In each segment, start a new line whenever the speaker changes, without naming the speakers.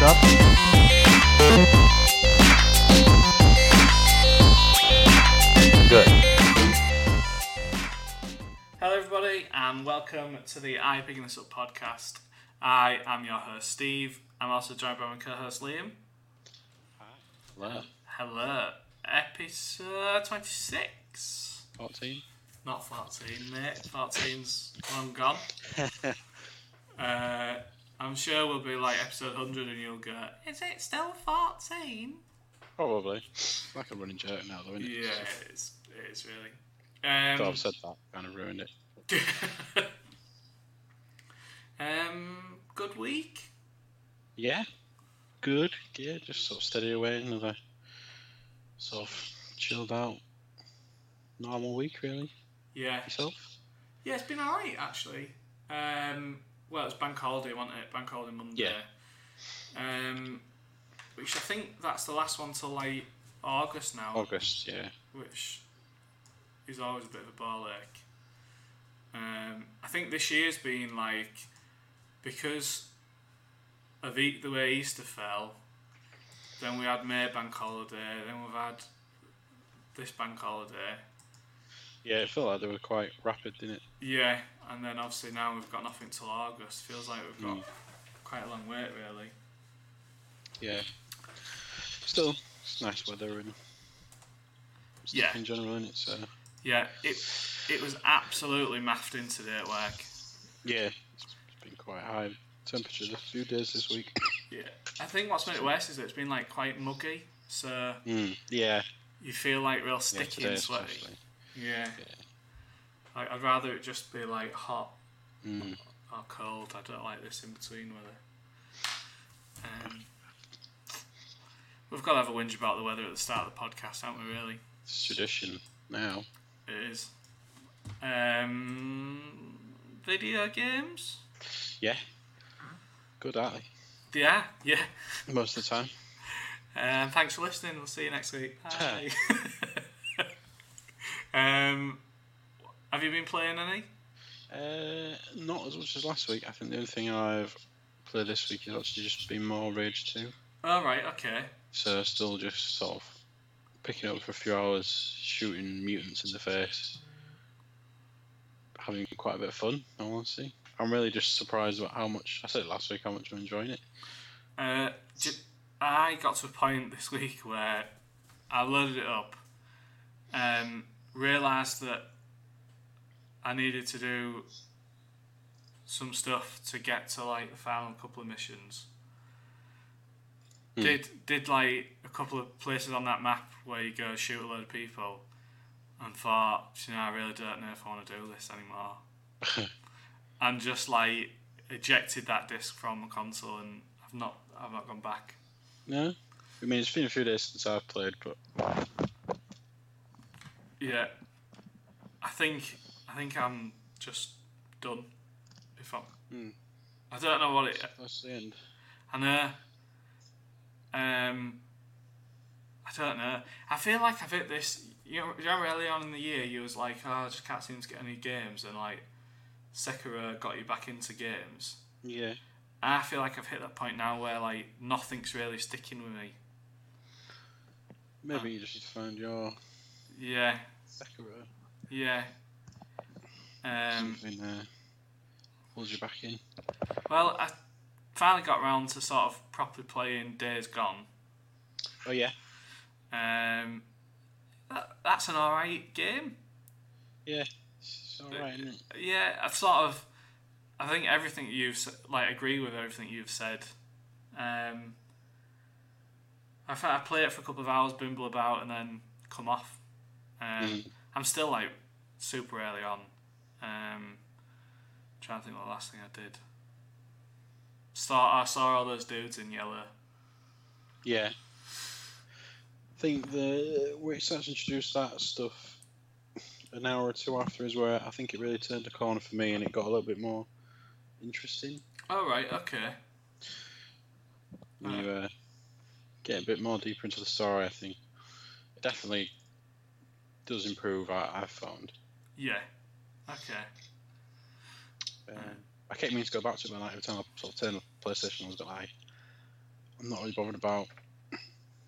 ครับ Good
Hello, everybody, and welcome to the I Picking This Up podcast. I am your host, Steve. I'm also joined by my co host, Liam.
Hello.
Hello. Episode 26.
14.
Not 14, mate. 14's long gone. uh, I'm sure we'll be like episode 100 and you'll go, Is it still 14?
Probably. It's like a running joke now, though, isn't it?
Yeah, it's, it's really. Um,
So I've said that, kind of ruined it.
um, good week.
Yeah. Good. Yeah, just sort of steady away another sort of chilled out normal week, really.
Yeah.
Yourself?
Yeah, it's been alright actually. Um, well, it's bank holiday, wasn't it? Bank holiday Monday.
Yeah.
Um, which I think that's the last one till like August now,
August, yeah.
which is always a bit of a ball ache. Um, I think this year's been like because of e- the way Easter fell. Then we had May bank holiday. Then we've had this bank holiday.
Yeah, it felt like they were quite rapid, didn't it?
Yeah, and then obviously now we've got nothing till August. Feels like we've got
Hmm.
quite a long wait, really.
Yeah. Still, it's nice weather and stuff
Yeah.
in general, isn't it? So,
Yeah, it it was absolutely maffed in today at work.
yeah, it's been quite high temperature a few days this week.
Yeah, I think what's made it worse is that it's been like quite muggy, so
Mm. Yeah.
you feel like real
yeah,
sticky
today
and sweaty.
especially.
Yeah,
Yeah.
like, I'd rather it just be like hot
Mm.
or cold. I don't like this in between weather. Um, we've got to have a whinge about the weather at the start of the podcast, haven't we? Really.
It's tradition now.
It is. Um, video games?
Yeah. Good at it.
Yeah, yeah.
Most of the time.
Um, thanks for listening. We'll see you next week. Bye. um, have you been playing any?
Uh, not as much as last week. I think the only thing I've played this week has actually just been more Rage 2.
All Oh, right, okay.
So still just sort of picking up for a few hours, shooting mutants in the face. Having quite a bit of fun, I want to see. I'm really just surprised about how much I said it last week how much I'm enjoying it.
Uh, j- I got to a point this week where I loaded it up, um, realised that I needed to do some stuff to get to like the final couple of missions.
Hmm.
Did did like a couple of places on that map where you go shoot a load of people, and thought, "Do you know, I really don't know if I want to do this anymore, and just like ejected that disc from the console, and I've not I've not gone back.
No? I mean, it's been a few days since I've played, but
Yeah, I think I think I'm just done. If I'm,
Mm.
I don't know what it.
that's the end.
I know. Um, I don't know. I feel like I've hit this. You know, do you remember early on in the year, you was like, "Oh, I just can't seem to get any games," and like Sekiro got you back into games.
Yeah.
I feel like I've hit that point now where like nothing's really sticking with me.
Maybe you just need to find your
Yeah,
Sekiro.
yeah. Um,
something uh, pulls you back in.
Well, I finally got round to sort of properly playing Days Gone.
Oh yeah,
Um, that, that's an alright game.
yeah. It's
uh,
all right, isn't it?
Yeah, I've sort of. I think everything you've s- like agree with everything you've said. Um, I fa- I play it for a couple of hours, bimble about, and then come off. Um,
Mm.
I'm still like super early on. Um, trying to think what the last thing I did. Saw I saw all those dudes in yellow.
Yeah. I think the where it starts to introduce that stuff an hour or two after is where I think it really turned a corner for me and it got a little bit more interesting.
All Oh, right. Okay.
When you uh, get a bit more deeper into the story, I think it definitely does improve. I, I've found.
Yeah. Okay.
Um, I kept meaning to go back to it, but like, every time I sort of turned the PlayStation on, I was like, I'm not really bothered about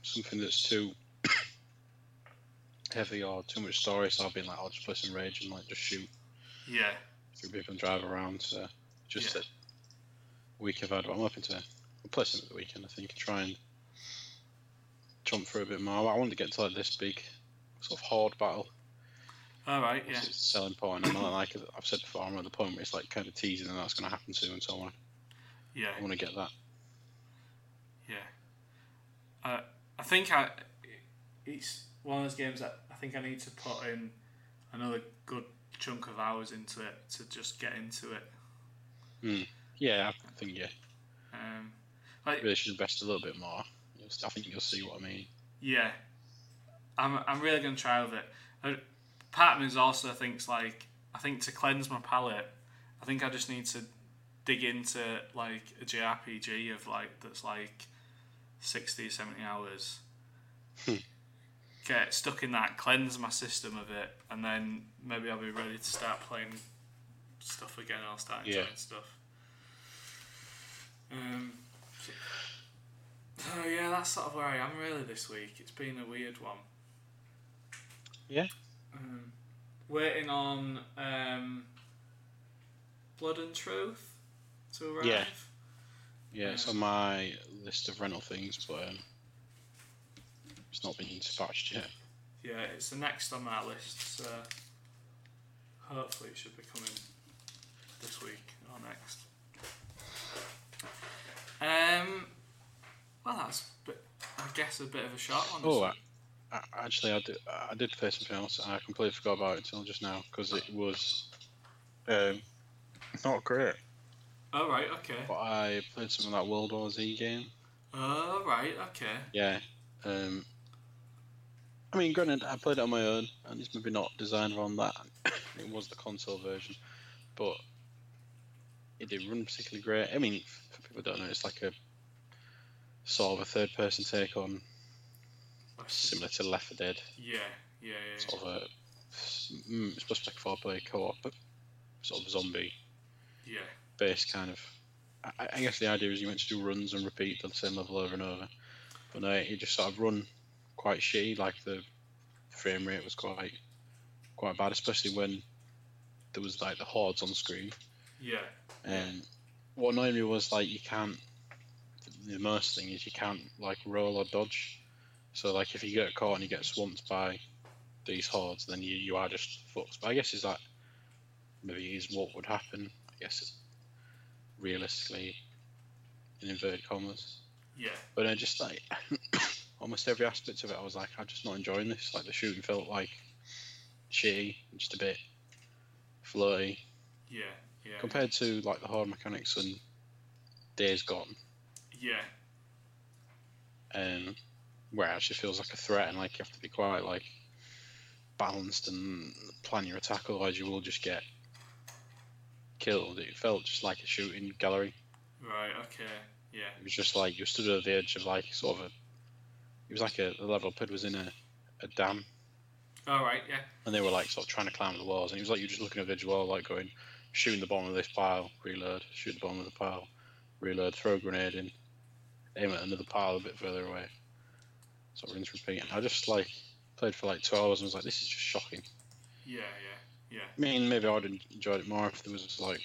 something that's too heavy or too much story. So I've been like, I'll just play some Rage and like just shoot
Yeah.
through people and drive around. So just
Yeah.
a week I've had. But I'm hoping to I'll play some at the weekend. I think and try and jump through a bit more. I wanted to get to like this big sort of horde battle.
All right. Yeah.
It's its selling point. And I like I've said before, I'm at the point where it's like kind of teasing and that's going to happen soon. So I want
Yeah.
I want to get that.
Yeah. Uh, I think I it's one of those games that I think I need to put in another good chunk of hours into it to just get into it.
Yeah, I think yeah.
Um, like
Really should invest a little bit more. You'll- I think you'll see what I mean.
yeah, I'm I'm really gonna try with it. Uh, Part of me is also thinks like I think to cleanse my palate, I think I just need to dig into like a JRPG of like that's like 60 70 hours get stuck in that cleanse my system of it and then maybe i'll be ready to start playing stuff again i'll start
Yeah.
enjoying stuff um, so, so yeah that's sort of where i am really this week it's been a weird one
Yeah.
um, waiting on um, blood and truth to arrive
Yeah. Yeah, it's
Yeah.
on my list of rental things, but um, it's not been dispatched yet.
Yeah, it's the next on my list, so hopefully it should be coming this week or next. Um, well, that's a bit, I guess a bit of a short one.
Oh,
this
I, I, actually, I did, I did play something else. and I completely forgot about it until just now because it was um, not great.
week. All right, okay.
But I played some of that World War Z game.
All right, okay.
Yeah. Um, I mean, granted, I played it on my own, and it's maybe not designed around that. it was the console version, but it didn't run particularly great. I mean, for people who don't know, it's like a sort of a third-person take on,
That's-
similar to Left 4 Dead,
Yeah, yeah, yeah.
sort of a. mm, It's supposed to be like a four-player co-op, but sort of zombie-based
Yeah,
kind of. I- I, I guess the idea is you meant to do runs and repeat the same level over and over, but no, you just sort of run quite shitty. Like the frame rate was quite quite bad, especially when there was like the hordes on screen.
yeah,
And Um, what annoyed me was like you can't. The most thing is you can't like roll or dodge. So like if you get caught and you get swamped by these hordes, then you you are just fucked. But I guess is that maybe is what would happen. I guess it's realistically in inverted commas.
yeah,
But I just like almost every aspect of it, I was like, I'm just not enjoying this. Like the shooting felt like shitty, just a bit floaty
yeah, yeah.
compared to like the hard mechanics and Days Gone,
yeah,
um, where it actually feels like a threat and like you have to be quite like balanced and plan your attack, otherwise you will just get killed. It felt just like a shooting gallery.
right, okay, yeah,
It was just like you stood at the edge of like sort of a. It was like a the level pit was in a, a dam,
all right, yeah,
and they were like sort of trying to climb the walls, and it was like you were just looking at the edge of the wall, like going, shooting the bottom of this pile, reload, shoot the bottom of the pile, reload, throw a grenade in, aim at another pile a bit further away. Sort of rinse repeat. And I just like played for like two hours and was like, this is just shocking.
yeah, yeah,
I mean, maybe I'd en- enjoyed it more if there was like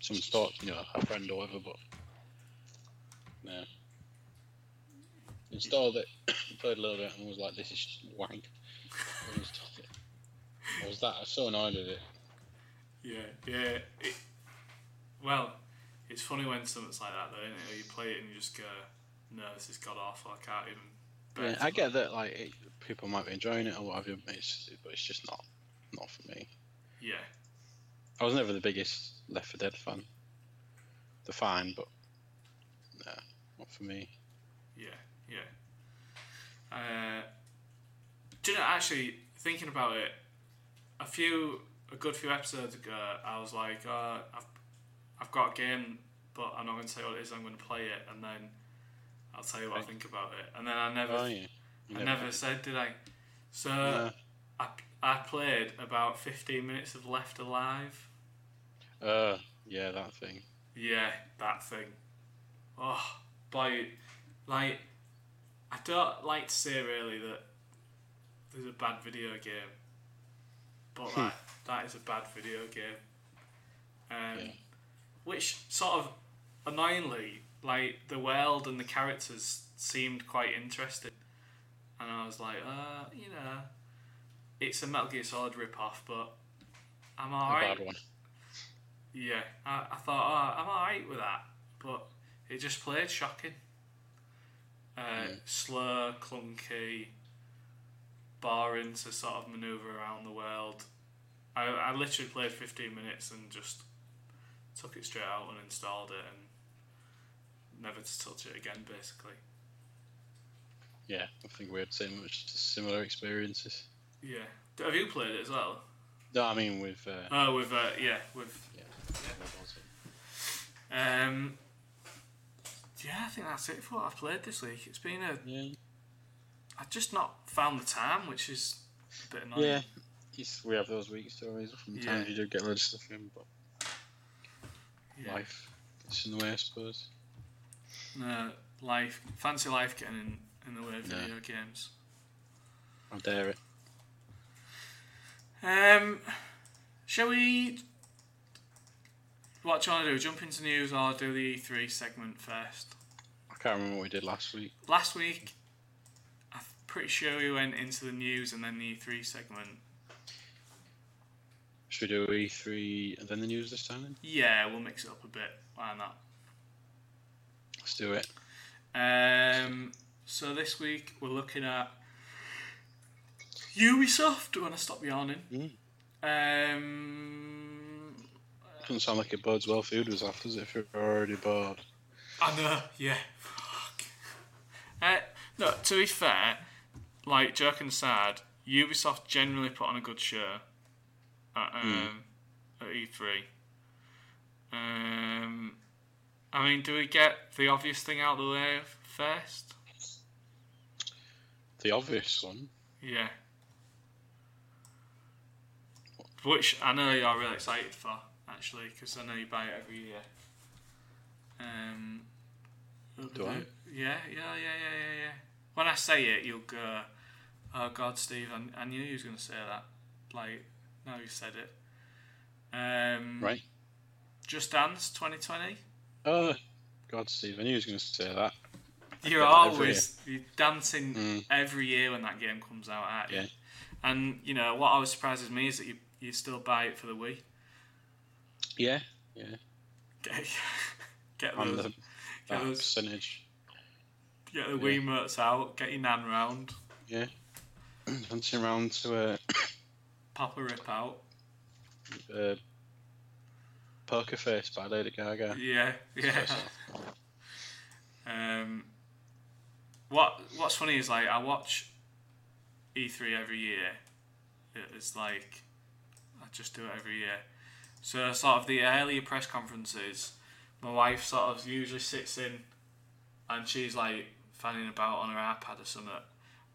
some sort, you know, a friend or whatever, but no. Installed it, played a little bit, and was like, this is wank. Uninstalled it. I was that, I was so annoyed with it.
yeah, yeah. It, well, it's funny when something's like that, though, isn't it? Where You play it and you just go, "No, this is god awful. I can't even." bear
Yeah,
to
I
look."
get that, like, it, people might be enjoying it or whatever, but it's, but it's just not, not for me.
Yeah,
I was never the biggest Left 4 Dead fan. They're fine, but no, not for me.
yeah, yeah. Uh, do you know? Actually, thinking about it, a few, a good few episodes ago, I was like, uh, "I've, I've got a game, but I'm not going to tell you what it is. I'm going to play it, and then I'll tell you what I think about it." And then I never,
Oh, yeah.
I never said, did I? So.
No.
I, I played about 15 minutes of Left Alive.
Uh, yeah, that thing.
Yeah, that thing. Oh, by like I don't like to say really that there's a bad video game, but
Hmm.
that that is a bad video game. Um,
Yeah.
Which sort of annoyingly, like the world and the characters seemed quite interesting, and I was like, uh, you know, it's a Metal Gear Solid rip-off, but I'm
A
alright.
bad one.
Yeah, I, I thought, oh, I'm alright with that, but it just played shocking. Uh, Slow, clunky, boring to sort of manoeuvre around the world. I, I literally played 15 minutes and just took it straight out and installed it and never to touch it again, basically.
Yeah, I think we had so much similar experiences.
Yeah. D- Have you played it as well?
No, I mean with. Uh,
Oh, with, uh, yeah, with
what was it?
Um, yeah, I think that's it for what I've played this week. It's been a.
Yeah.
I've just not found the time, which is a bit annoying.
Oh, Yeah. It's, we have those weak stories. Sometimes
Yeah.
you do get loads of stuff in, but
Yeah.
life gets in the way, I suppose.
No, life, fancy life getting in, in the way of
No.
video games.
I dare it.
Um, shall we. What do you want to do? Jump into news or do the E3 segment first?
I can't remember what we did last week.
Last week, I'm pretty sure we went into the news and then the E3 segment.
Should we do E3 and then the news this time? Then?
Yeah, we'll mix it up a bit. Why not?
Let's do it.
Um, so this week we're looking at Ubisoft. When I stop yawning,
Mm.
um,
Doesn't sound like it bodes well food was off, does it? If you're already bored.
I know, uh, yeah. Fuck. Uh, no, to be fair, like joking aside, Ubisoft generally put on a good show at, um, at E3. Um, I mean, do we get the obvious thing out of the way first?
The obvious one.
Yeah. Which I know you're really excited for, actually, because I know you buy it every year. Um,
Do I?
Yeah, yeah, yeah, yeah, yeah, yeah. When I say it, you'll go, oh God, Steve, I, I knew you was going to say that. Like, now you said it. Um,
Right.
Just Dance 2020.
Oh, God, Steve, I knew he was going to say that.
You're
Yeah, every
always you're dancing
Mm.
every year when that game comes out, aren't you?
Yeah.
And you know what always surprises me is that you you still buy it for the Wii.
Yeah. Yeah.
Get, get
And
those,
the
get,
that
those,
percentage.
get the Wii motes out. Get your nan round.
Yeah. Dancing around to a,
Papa rip out.
a poker face by Lady Gaga.
Yeah, yeah. um, what What's funny is like I watch E three every year. It- It's like I just do it every year. So sort of the earlier press conferences, my wife sort of usually sits in, and she's like fanning about on her iPad or something.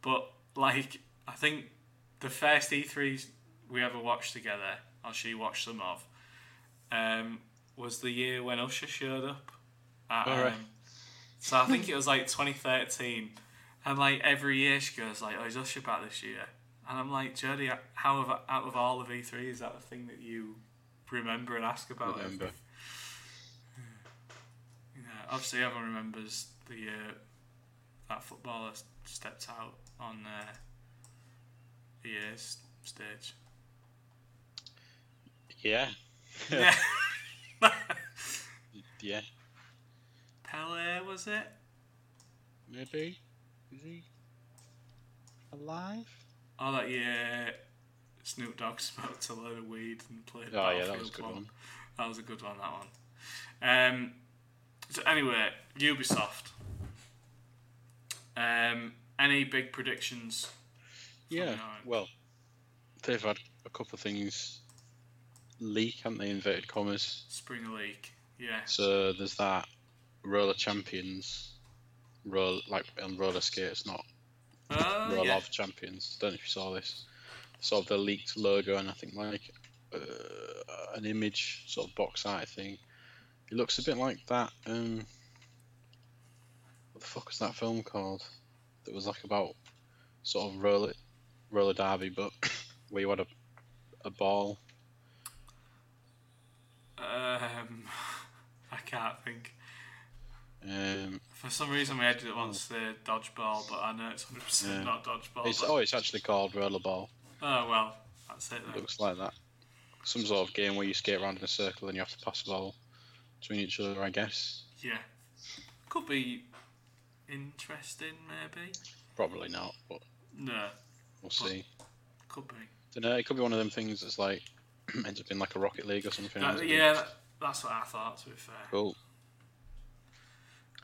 But like I think the first E three we ever watched together, or she watched some of, um, was the year when Usher showed up. At,
All right.
um, so I think it was like 2013, and like every year she goes like, "Oh, is Usher back this year?" And I'm like, Jody, how of out of all of E3 is that the thing that you remember and ask about?
Remember.
Yeah, obviously everyone remembers the uh, that footballer s- stepped out on uh, EA's stage.
Yeah.
Yeah.
Yeah.
Pele was it?
Maybe. Is he alive?
Oh, that year Snoop Dogg smoked a load of weed and played.
Oh, yeah, that
Battlefield
was a good
1.
one.
That was a good one. That one. Um, so anyway, Ubisoft. Um, any big predictions?
Yeah.
Fucking alright.
Well, they've had a couple of things leak, haven't they? Inverted commas.
Spring League. Yeah.
So there's that roller champions, roll like on roller skates, not
Uh,
roll
yeah.
of champions. Don't know if you saw this. Sort of the leaked logo and I think like uh, an image, sort of box art thing. It looks a bit like that. Um, what the fuck was that film called? That was like about sort of roller roller derby, but where you had a a ball.
Um, I can't think.
Um,
For some reason, we had it once the dodgeball, but I know it's 100%
Yeah.
not dodgeball.
it's
but-
oh, it's actually called rollerball.
oh, well, that's it
It
then.
looks like that. Some sort of game where you skate around in a circle and you have to pass a ball between each other, I guess.
Yeah. Could be interesting, maybe.
Probably not, but
No,
we'll see.
could be.
Dunno, it could be one of them things that's like ends up in like a Rocket League or something.
That-
doesn't it?
Uh, yeah, that- that's what I thought, to be fair.
Cool.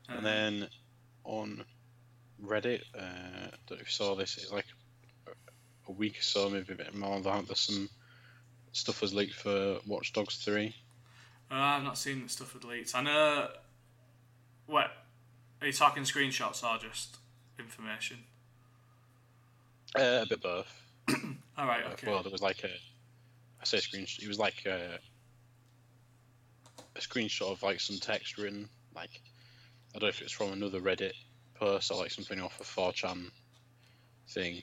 Um,
And then on Reddit, uh, I don't know if you saw this, it's like a week or so, maybe a bit more than that, there's some stuff was leaked for Watch Dogs 3.
Uh, I've not seen the stuff with leaks. I know. What? Are you talking screenshots or just information?
Uh, a bit both.
All right.
Uh,
Okay.
Well, there was like a, I say screenshot, it was like a, a screenshot of like some text written, like, I don't know if it's from another Reddit post or like something off a 4chan thing,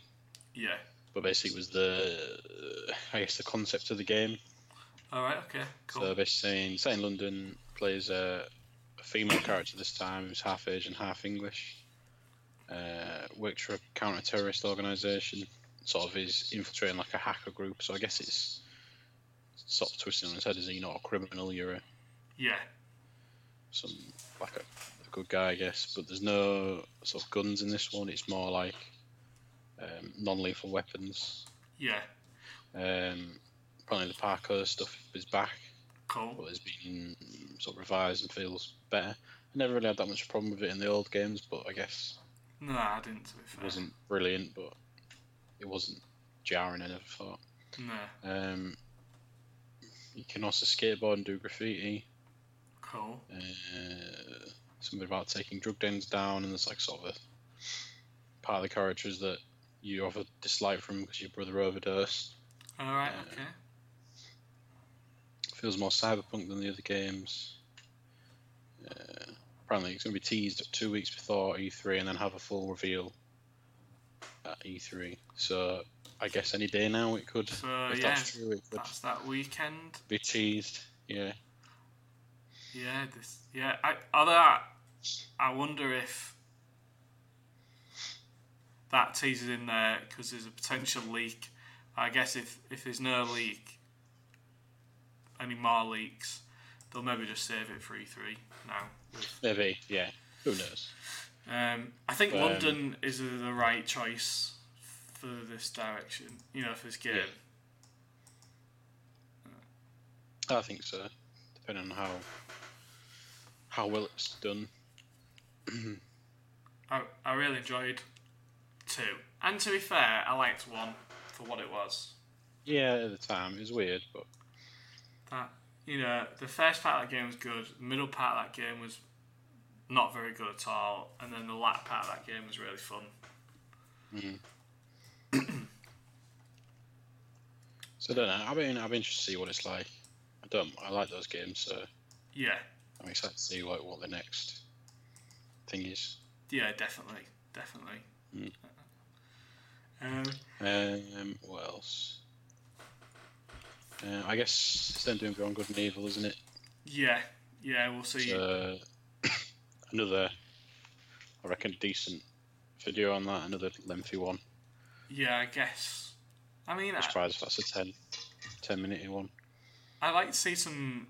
yeah.
but basically it was the, I guess the concept of the game.
All right. Okay. Cool.
So basically saying set in London plays a, a female character this time who's half Asian, half English. Uh, works for a counter-terrorist organisation. Sort of is infiltrating like a hacker group. So I guess it's sort of twisting on its head. Is you're not a criminal, you're a,
yeah.
some like a, a good guy, I guess. But there's no sort of guns in this one. It's more like um, non-lethal weapons.
Yeah.
Um, apparently the parkour stuff is back.
Cool.
but has been sort of revised and feels better. I never really had that much problem with it in the old games, but I guess
No, I didn't. To be
it
fair.
wasn't brilliant, but it wasn't jarring. I never thought.
No.
Um, you can also skateboard and do graffiti.
Cool.
Uh, something about taking drug dens down, and there's like sort of a part of the characters that you have a dislike from because your brother overdosed.
All right.
Uh,
Okay.
feels more cyberpunk than the other games. Uh, apparently, it's going to be teased at two weeks before E3 and then have a full reveal at E3. So, I guess any day now it could,
So
if
yeah,
that's true, it could
that's that weekend.
be teased. Yeah.
Yeah, this. Yeah, I, although I, I wonder if that teases in there because there's a potential leak. I guess if if there's no leak, any more leaks, they'll maybe just save it for E3 now.
Maybe, yeah. Who knows?
Um, I think
Um,
London is the right choice for this direction. You know, for this game.
Yeah. I think so, depending on how how well it's done.
I, I really enjoyed two, and to be fair, I liked one for what it was.
Yeah, at the time, it was weird, but
that you know the first part of that game was good the middle part of that game was not very good at all and then the latter part of that game was really fun
so I don't know. I mean, I'm interested to see what it's like. I don't. I like those games, so
yeah
I'm excited to see like what the next thing is.
yeah definitely definitely
Mm. Hmm.
um,
Um, what else? Uh, I guess it's then doing Beyond Good and Evil, isn't it?
yeah yeah we'll see
So, another, I reckon, decent video on that. Another lengthy one.
yeah i guess i mean I,
I'm surprised if that's a 10, 10 minute one.
i like to see some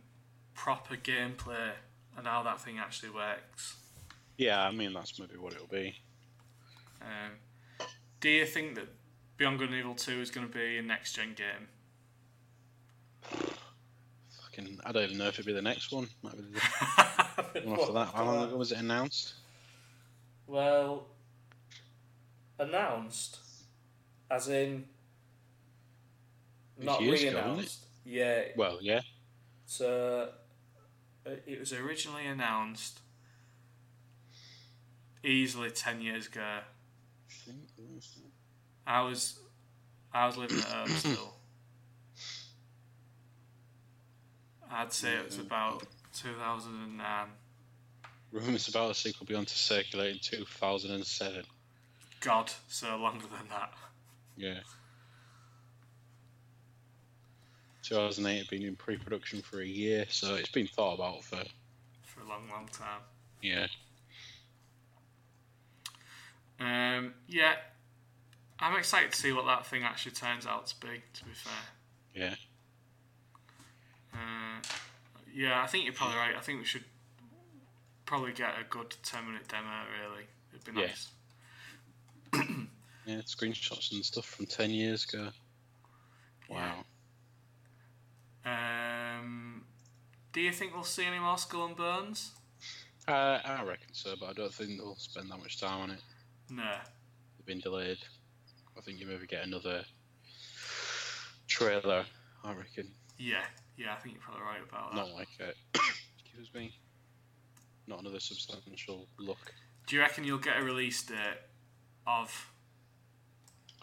proper gameplay and how that thing actually works
Yeah, I mean that's maybe what it'll be.
um, do you think that beyond good and evil 2 is going to be a next gen game
Fucking, I don't even know if it'll be the next one. Might be the one after that. How long ago was it announced?
Well, announced, as in
was years ago, wasn't it?
re-announced. Yeah,
Well, yeah,
so uh, it was originally announced easily ten years ago.
I think it was.
I was, I was living at home still. I'd say it was about two thousand and nine.
Rumours about the sequel began to circulate in 2007.
God, so longer than that.
Yeah. 2008 had been in pre production for a year, so it's been thought about for.
For a long, long time.
Yeah.
Um, yeah, I'm excited to see what that thing actually turns out to be. To be fair,
Yeah.
uh, yeah, I think you're probably right. I think we should probably get a good ten minute demo. Really, it'd be
Yeah.
nice.
Yeah, screenshots and stuff from 10 years ago. Wow.
Um, do you think we'll see any more Skull and Bones?
Uh, I reckon so, but I don't think they'll spend that much time on it.
No.
They've been delayed. I think you maybe get another trailer, I reckon.
Yeah, yeah, I think you're probably right about that.
Not like a. excuse me. Not another substantial look.
Do you reckon you'll get a release date of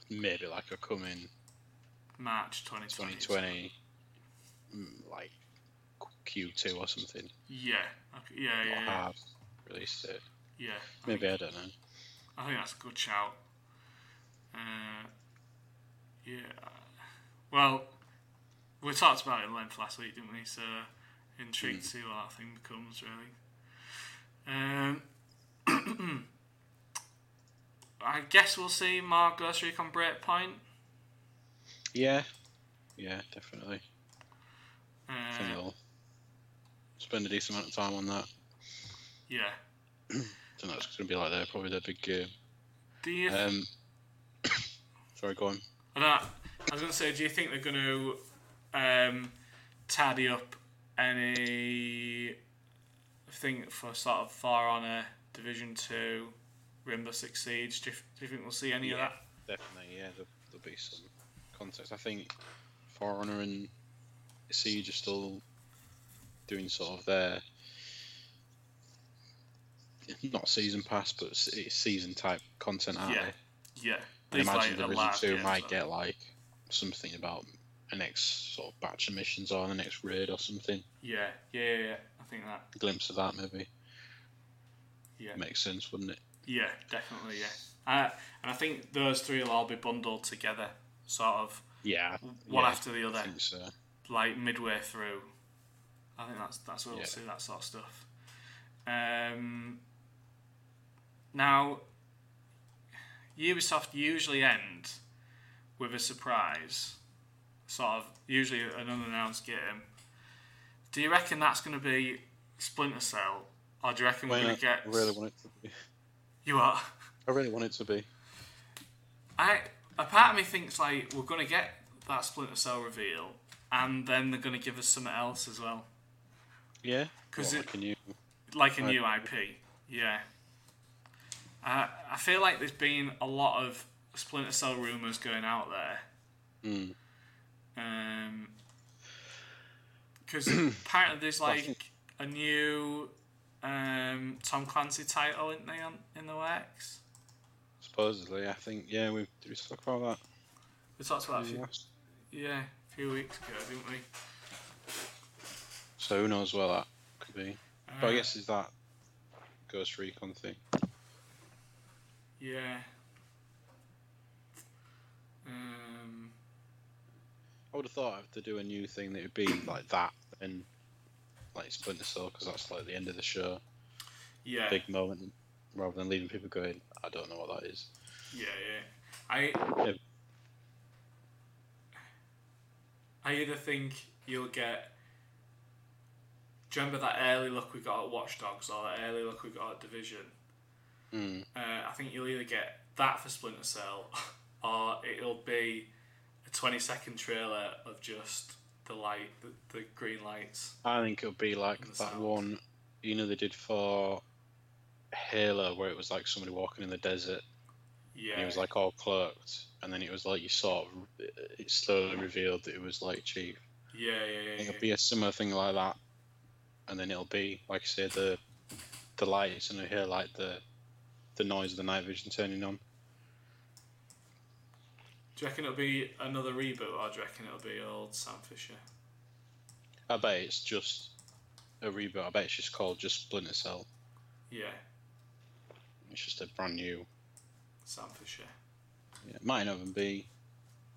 Maybe like a coming
March 2020?
2020, mm, like Q2 or something.
Yeah, okay, yeah,
Or
yeah, yeah.
half released it.
yeah. I
Maybe
think,
I don't know.
I think that's a good shout. Uh, yeah. Well, we talked about it in length last week, didn't we? So intrigued
Mm.
to see what that thing becomes, really. Um, I guess we'll see more Ghost Recon Breakpoint.
Yeah, yeah, definitely. I think
Uh,
I'll spend a decent amount of time on that.
yeah.
I think that's going to be like their probably their big game.
Do you
Um, sorry, go on.
I, don't, I was going to say, do you think they're going to um, tidy up any thing for sort of Far Honor Division Two, Rainbow Six Siege? Do you, do you think we'll see any of that?
Definitely, yeah. There'll, there'll be some context. I think Forerunner and Siege are still doing sort of their not season pass, but s- it's season type content. Aren't
Yeah,
they?
Yeah,
I
These,
imagine
the
Division
live
Two
games,
might
though.
get like something about a next sort of batch of missions or the next raid or something.
Yeah, yeah, yeah, yeah. I think that.
A glimpse of that maybe
Yeah,
makes sense, wouldn't it?
yeah, definitely, yeah. Uh, and I think those three will all be bundled together, sort of
Yeah.
one
yeah,
after the other.
I think so.
like midway through. I think that's that's where we'll
Yeah.
see that sort of stuff. Um, now, Ubisoft usually end with a surprise, sort of usually an unannounced game. Do you reckon that's going to be Splinter Cell, or do you reckon we're
Why
going
not?
to get
I really want it to be.
you are?
I really want it to be.
I a part of me thinks like we're going to get that Splinter Cell reveal, and then they're going to give us something else as well.
Yeah.
'Cause
What,
it-
like a new-
like a
Right.
new IP. Yeah. I I feel like there's been a lot of Splinter Cell rumors going out there.
Hmm.
Um, because apparently there's like a new um, Tom Clancy title in the in the works.
Supposedly, I think. Yeah, we did we talk about
We talked
that?
about a few,
last-
yeah, a few weeks ago, didn't we?
So who knows where that could be? but
Uh,
I guess is that Ghost Recon thing.
Yeah. Um,
I would have thought if they do a new thing, that it would be like that and like Splinter Cell, because that's like the end of the show,
yeah.
big moment, rather than leaving people going, I don't know what that is.
Yeah, yeah. I
Yep.
I either think you'll get. Do you remember that early look we got at Watch Dogs or that early look we got at Division?
Hmm.
Uh, I think you'll either get that for Splinter Cell, or it'll be a twenty-second trailer of just the light, the, the green lights.
I think it'll be like
And the
that
sound.
one, you know, they did for Halo, where it was like somebody walking in the desert.
Yeah.
and he was like all cloaked, and then it was like you sort of it slowly revealed that it was like Chief.
yeah, yeah, yeah,
It'll
yeah.
be a similar thing like that, and then it'll be like I say the the lights, and you hear like the the noise of the night vision turning on.
Do you reckon it'll be another reboot, or do you reckon it'll be old Sam Fisher?
I bet it's just a reboot. I bet it's just called just Splinter Cell,
Yeah,
It's just a brand new.
Samfordshire.
Yeah, it might not even be.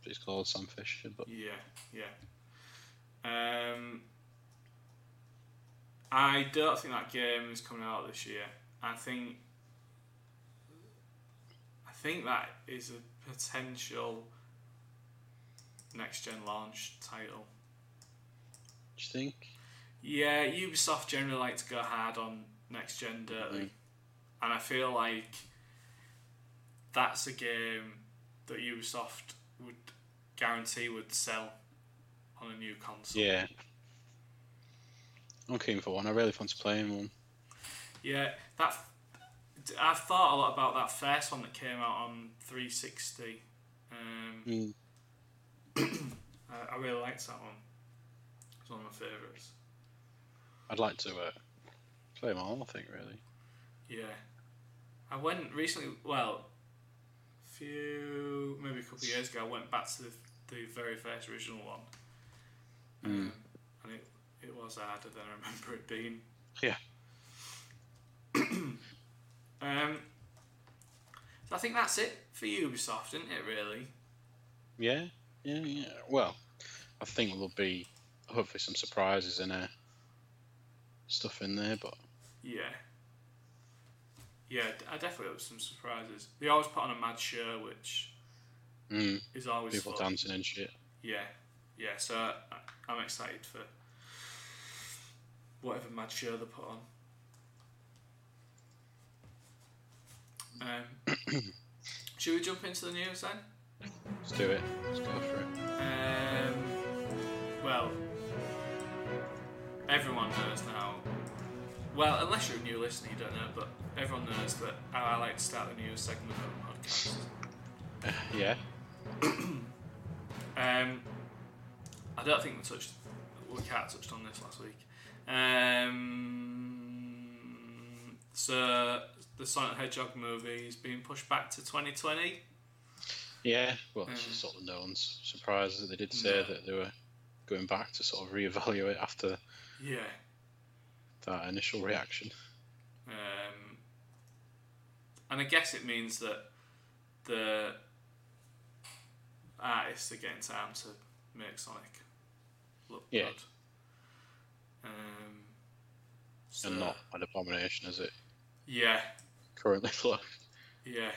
It's called Sam Fisher, but
Yeah, yeah. Um, I don't think that game is coming out this year. I think I think that is a potential next gen launch title.
do you think?
Yeah, Ubisoft generally like to go hard on next gen, don't they?
Mhm.
And I feel like that's a game that Ubisoft would guarantee would sell on a new console.
Yeah. I'm keen for one. I really fancy playing one.
Yeah, that. I've thought a lot about that first one that came out on 360. Um,
Mm.
I, I really liked that one. It's one of my favourites.
I'd like to uh, play them all. I think really.
Yeah. I went recently, well, a few, maybe a couple of years ago, I went back to the, the very first original one.
Mm.
Um, and it, it was harder than I remember it being.
Yeah.
um, so I think that's it for Ubisoft, isn't it, really?
Yeah. Yeah. Yeah. Well, I think there'll be hopefully some surprises in there. Stuff in there, but
Yeah. Yeah, d- I definitely hope some surprises. They always put on a mad show, which
mm,
is always
people
fun.
dancing and shit.
Yeah, yeah. So I- I'm excited for whatever mad show they put on. Um, should we jump into the news then?
Let's do it. Let's go for it.
Um, well, everyone knows now. Well, unless you're a new listener, you don't know, but everyone knows that I I like to start the news segment of the podcast.
Yeah.
Um, I don't think we touched. We can't touched on this last week. Um, so the Sonic the Hedgehog movie is being pushed back to 2020.
Yeah, well, it's
Mm.
just sort of no one's surprised that they did say
No.
that they were going back to sort of reevaluate after
Yeah.
that initial reaction.
Um, and I guess it means that the artists are getting time to make Sonic look
Yeah.
good. Um, so,
And not an abomination as it
Yeah.
currently looks.
Yeah.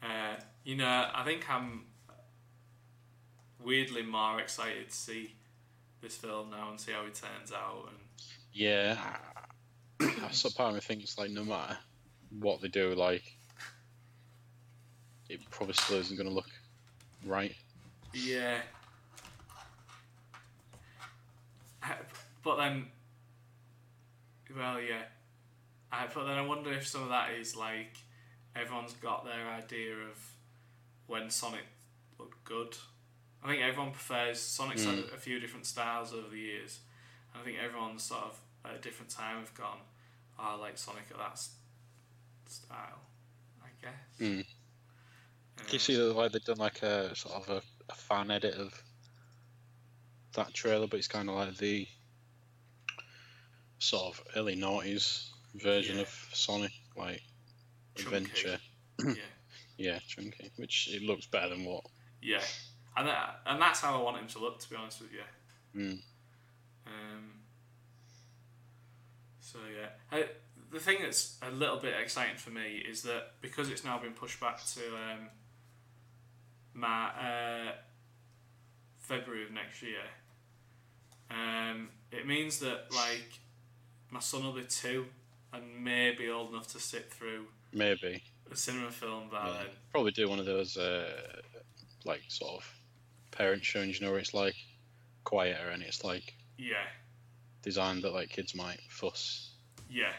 Uh, you know, I think I'm weirdly more excited to see this film now and see how it turns out. And
Yeah. I so part of me thinks, like, no matter what they do, like, it probably still isn't going to look right.
yeah. Uh, But then, well, yeah. I, but then I wonder if some of that is like everyone's got their idea of when Sonic looked good. I think everyone prefers Sonic's had
Mm.
a few different styles over the years. I think everyone's sort of at a different time have gone, oh, I like Sonic at that s- style, I guess.
Mm.
Um,
Can you see that, like, they've done, like, a sort of a, a fan edit of that trailer, but it's kind of like the sort of early noughties version
Yeah.
of Sonic, like,
Chunky.
adventure.
yeah.
Yeah, chunky. Which it looks better than what.
Yeah. And, that, and that's how I want him to look, to be honest with you.
Mm.
Um, so yeah, I, the thing that's a little bit exciting for me is that because it's now been pushed back to um, my uh, February of next year, um, it means that like my son will be two and maybe old enough to sit through
Maybe.
a cinema film by
Yeah. Uh, Probably do one of those, uh, like, sort of parent showings, you know, where it's like quieter and it's like
then. Yeah,
designed that like kids might fuss
yeah.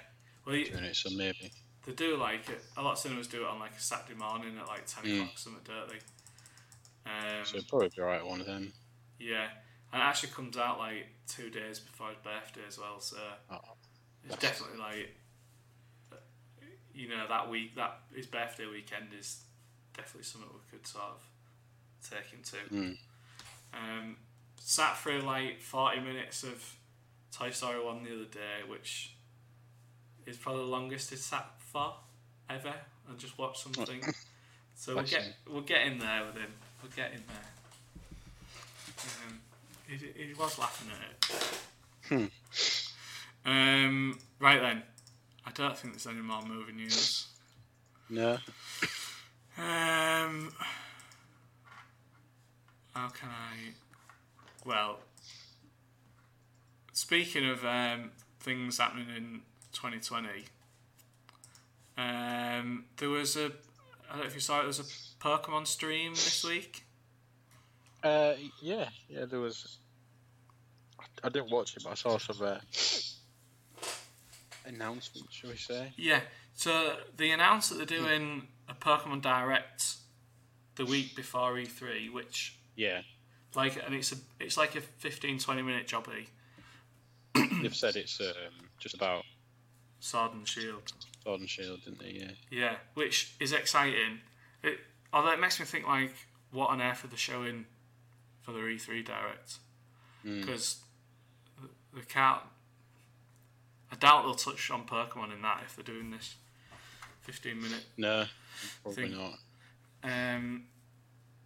Well, you-
doing it. So maybe.
They do like it. A lot of cinemas do it on like a Saturday morning at like ten
Mm.
o'clock, or something, don't they? Um,
So it'd probably be alright one of them.
yeah, and it actually comes out like two days before his birthday as well. So
Oh,
it's
that's-
definitely like, you know, that week that his birthday weekend is definitely something we could sort of take him to.
Mm.
Um, sat through like forty minutes of Toy Story one the other day, which is probably the longest it's sat for ever and just watch something. So we'll
That's
get
it.
we'll get in there with him. We'll get in there. Um, he, he was laughing at it. Um, right then, I don't think there's any more movie news.
No.
Um, how can I? Well, speaking of um, things happening in 2020, um, there was a. I don't know if you saw it. There was a Pokemon stream this week.
Uh, yeah, yeah. There was. I- I didn't watch it, but I saw some uh, announcement, shall we say?
Yeah. So they announced that they're doing a Pokemon Direct the week before E3, which
Yeah,
like, and it's a it's like a 15, 20 minute jobby.
they've said it's um, just about
Sword and Shield.
Sword and Shield, didn't they? Yeah.
Yeah, which is exciting. It, although it makes me think, like, what on earth are they showing for the E3 Direct? Because they can't. I doubt they'll touch on Pokemon in that if they're doing this 15 minute.
No, probably
Think-
not.
Um,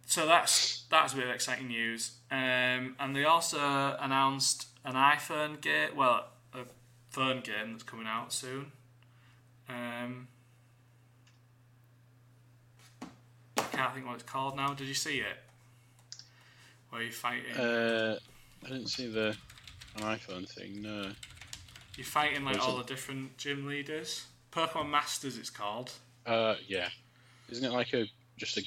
so that's that's a bit of exciting news. Um, and they also announced an iPhone game, well, a phone game that's coming out soon. Um, I can't think what it's called now. Did you see it? Where you're fighting,
Uh, I didn't see the an iPhone thing. No.
you're fighting like
what's
all
it?
the different gym leaders. Pokemon Masters, it's called.
Uh, yeah. Isn't it like a just a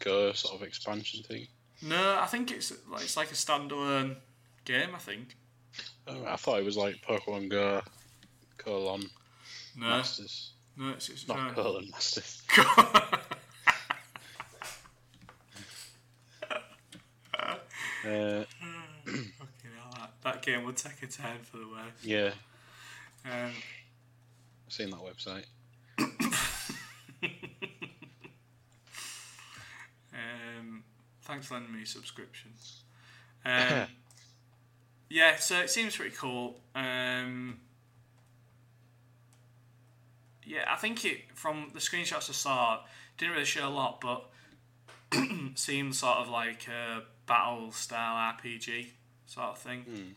Go sort of expansion thing?
No, I think it's like it's like a standalone game. I think.
Oh, I thought it was like Pokemon Go colon
No,
Masters,
no, it's, it's
not
no.
colon Masters. Uh,
You know, that, that game would take a turn for the worse.
yeah,
Um,
I've seen that website.
um, thanks for lending me a subscription. Um, yeah, so it seems pretty cool. Um, yeah, I think it from the screenshots I saw didn't really show a lot, but seemed sort of like a battle style RPG sort of thing.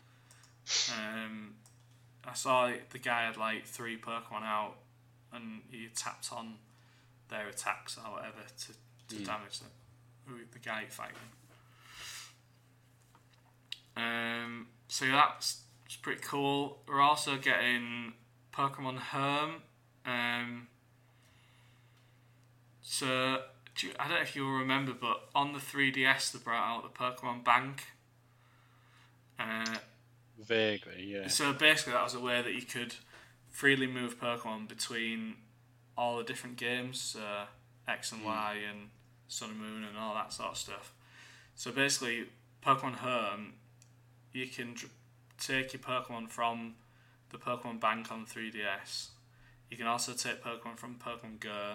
Um, I saw the guy had like three Pokemon out, and he tapped on their attacks or whatever to, to damage them. who- The guy you're fighting. Um, so yeah, that's it's pretty cool. We're also getting Pokemon Herm. Um, so do you, I don't know if you'll remember, but on the 3DS they brought out the Pokemon Bank. Uh,
Vaguely, yeah.
so basically, that was a way that you could freely move Pokemon between all the different games, so X and Y and Sun and Moon and all that sort of stuff. So basically, Pokemon Home, you can dr- take your Pokemon from the Pokemon Bank on 3DS. You can also take Pokemon from Pokemon Go.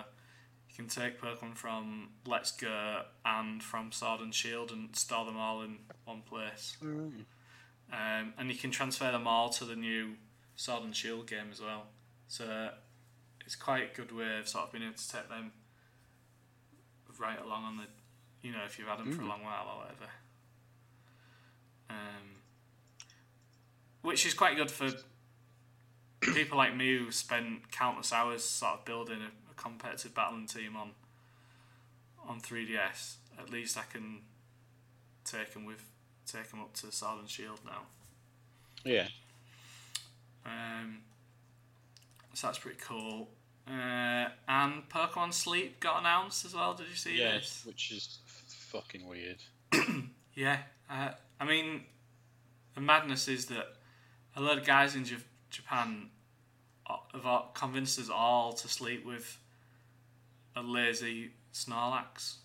You can take Pokemon from Let's Go and from Sword and Shield and store them all in one place.
Alright.
Um, and you can transfer them all to the new Sword and Shield game as well. So it's quite a good way of sort of being able to take them right along on the, you know, if you've had them for a long while or whatever. Um, which is quite good for people like me who spend countless hours sort of building a, a competitive battling team on on 3DS. At least I can take them with take them up to Sword and Shield now.
Yeah.
Um, so that's pretty cool. Uh, and Pokemon Sleep got announced as well. Did you see
Yeah,
this?
which is f- fucking weird.
Yeah. Uh, I mean, the madness is that a lot of guys in J- Japan o- have all- convinced us all to sleep with a lazy Snorlax.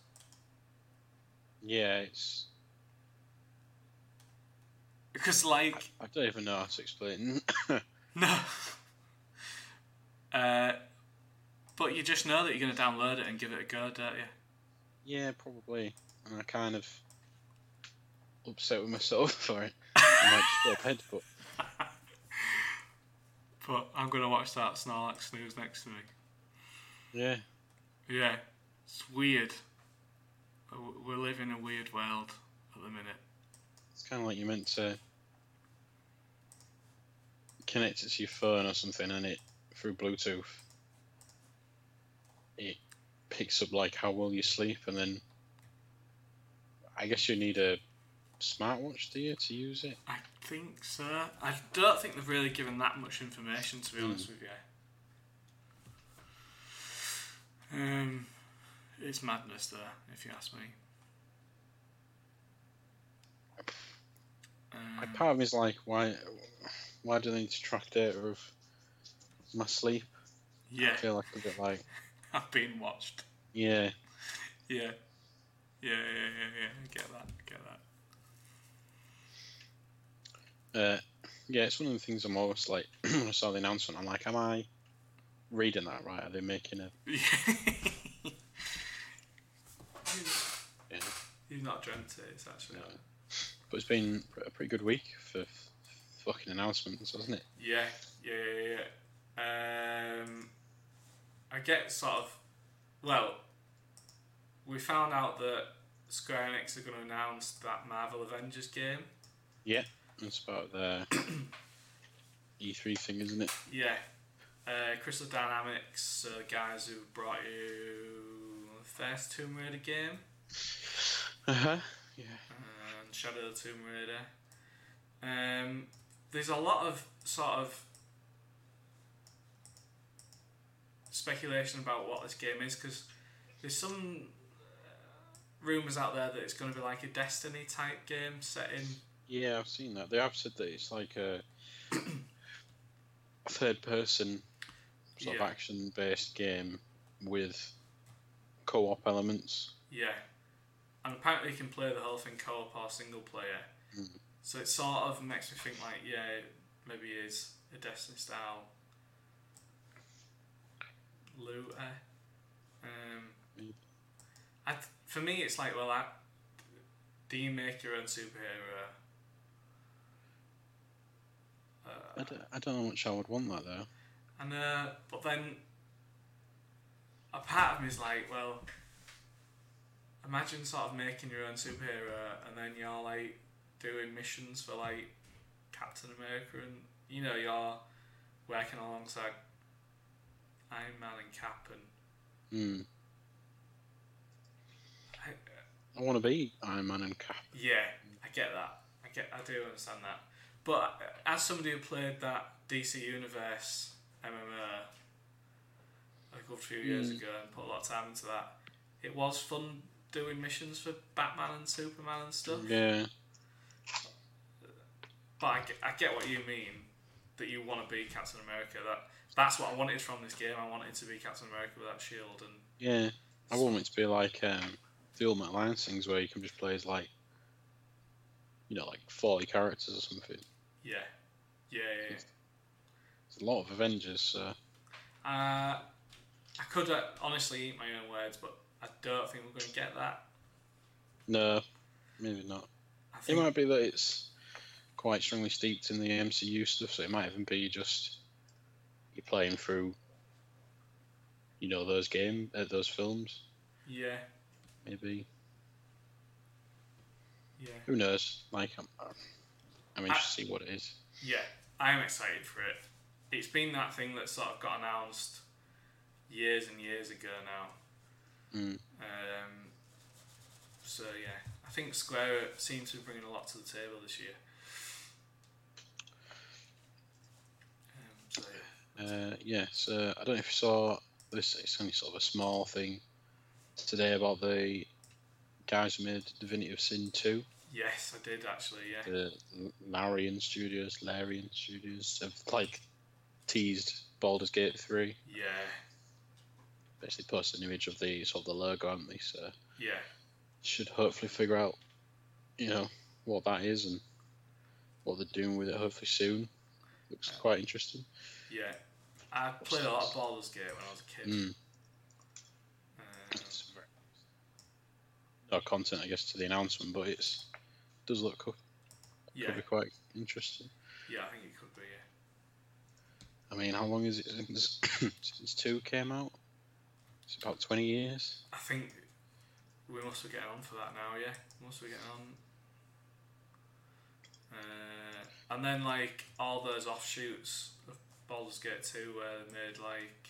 Yeah, it's.
Because, like,
I don't even know how to explain.
No. Uh, but you just know that you're going to download it and give it a go, don't you?
yeah, probably. And I kind of upset with myself for it. I might just get a headbutt.
But I'm gonna watch that Snorlax snooze next to me.
Yeah.
Yeah, it's weird. Uh, W- We live in a weird world at the minute.
It's kind of like you meant to connect it to your phone or something, and it through Bluetooth, it picks up like how well you sleep, and then I guess you need a smartwatch, do you, to use it?
I think so. I don't think they've really given that much information, to be honest with you. Um, it's madness there, if you ask me.
My
Um,
part of me is like, why, why do they need to track data of my sleep? I
yeah,
feel like a bit like,
I've been watched.
yeah,
Yeah. Yeah, yeah, yeah, yeah. I get that. I get that.
Uh, yeah, it's one of the things I'm always like when I saw the announcement. I'm like, am I reading that right? Are they making a?
Yeah.
Yeah.
You've not dreamt it. It's actually.
No. But it's been a pretty good week for f- fucking announcements, hasn't it?
Yeah, yeah, yeah, yeah. Um, I get sort of. Well, we found out that Square Enix are going to announce that Marvel Avengers game.
Yeah, that's about the E3 thing, isn't it?
Yeah. Uh, Crystal Dynamics, uh, guys who brought you the first Tomb Raider game
Uh huh.
and Shadow of the Tomb Raider. Um, there's a lot of sort of speculation about what this game is because there's some uh, rumors out there that it's going to be like a Destiny type game set in.
Yeah, I've seen that. They have said that it's like a third-person sort
Yeah.
of action-based game with co-op elements.
Yeah, and apparently you can play the whole thing co-op or single player.
Mm.
So it sort of makes me think like, yeah, maybe it's a Destiny style looter. Um,
Mm.
I th- for me, it's like, well, I, do you make your own superhero? uh,
I don't, I don't know how much I would want that though.
And uh, but then a part of me is like, well, imagine sort of making your own superhero, and then you're like doing missions for like Captain America, and you know you're working alongside Iron Man and Cap, and
Hmm.
I,
I want to be Iron Man and Cap.
yeah, I get that. I get, I do understand that. But uh, as somebody who played that DC Universe MMO like a good few years ago and put a lot of time into that, it was fun doing missions for Batman and Superman and stuff.
Yeah,
But I get, I get what you mean that you want to be Captain America. That that's what I wanted from this game. I wanted to be Captain America with that shield E and
yeah. I want it to be like um, the Ultimate Alliance things where you can just play as like, you know, like forty characters or something.
yeah, yeah, yeah. yeah.
It's a lot of Avengers. So.
Uh, I could uh, honestly eat my own words, but I don't think we're going to get that.
No, maybe not.
I
It
think
might be that it's quite strongly steeped in the MCU stuff, so it might even be just you're playing through, you know, those game, uh, those films.
Yeah,
Maybe
yeah,
who knows? Like, I'm, I'm- I'm interested to see what it is.
yeah. I am excited for it. It's been that thing that sort of got announced years and years ago now. Hmm.
Mm.
Um, so yeah, I think Square seems to be bringing a lot to the table this year. Um, so, yeah.
Uh, yeah, so I don't know if you saw this. It's only sort of a small thing today about the guys who made Divinity of Sin two,
Yes, I did actually. Yeah,
the Larian Studios. Larian Studios have like teased Baldur's Gate three.
yeah,
Basically, posted an image of the sort of the logo, haven't they? So
yeah.
should hopefully figure out, you know, what that is and what they're doing with it. Hopefully soon. Looks quite interesting.
Yeah, I played a lot of Baldur's Gate when I was a kid.
Mm.
Um,
It's very- no content, I guess, to the announcement, but it's does look could,
yeah,
could be quite interesting.
yeah, I think it could be. Yeah.
I mean, how long is it since, since two came out? It's about twenty years.
I think we must be getting on for that now, yeah. Must be getting on. Uh, and then like all those offshoots of Baldur's Gate 2 where they made like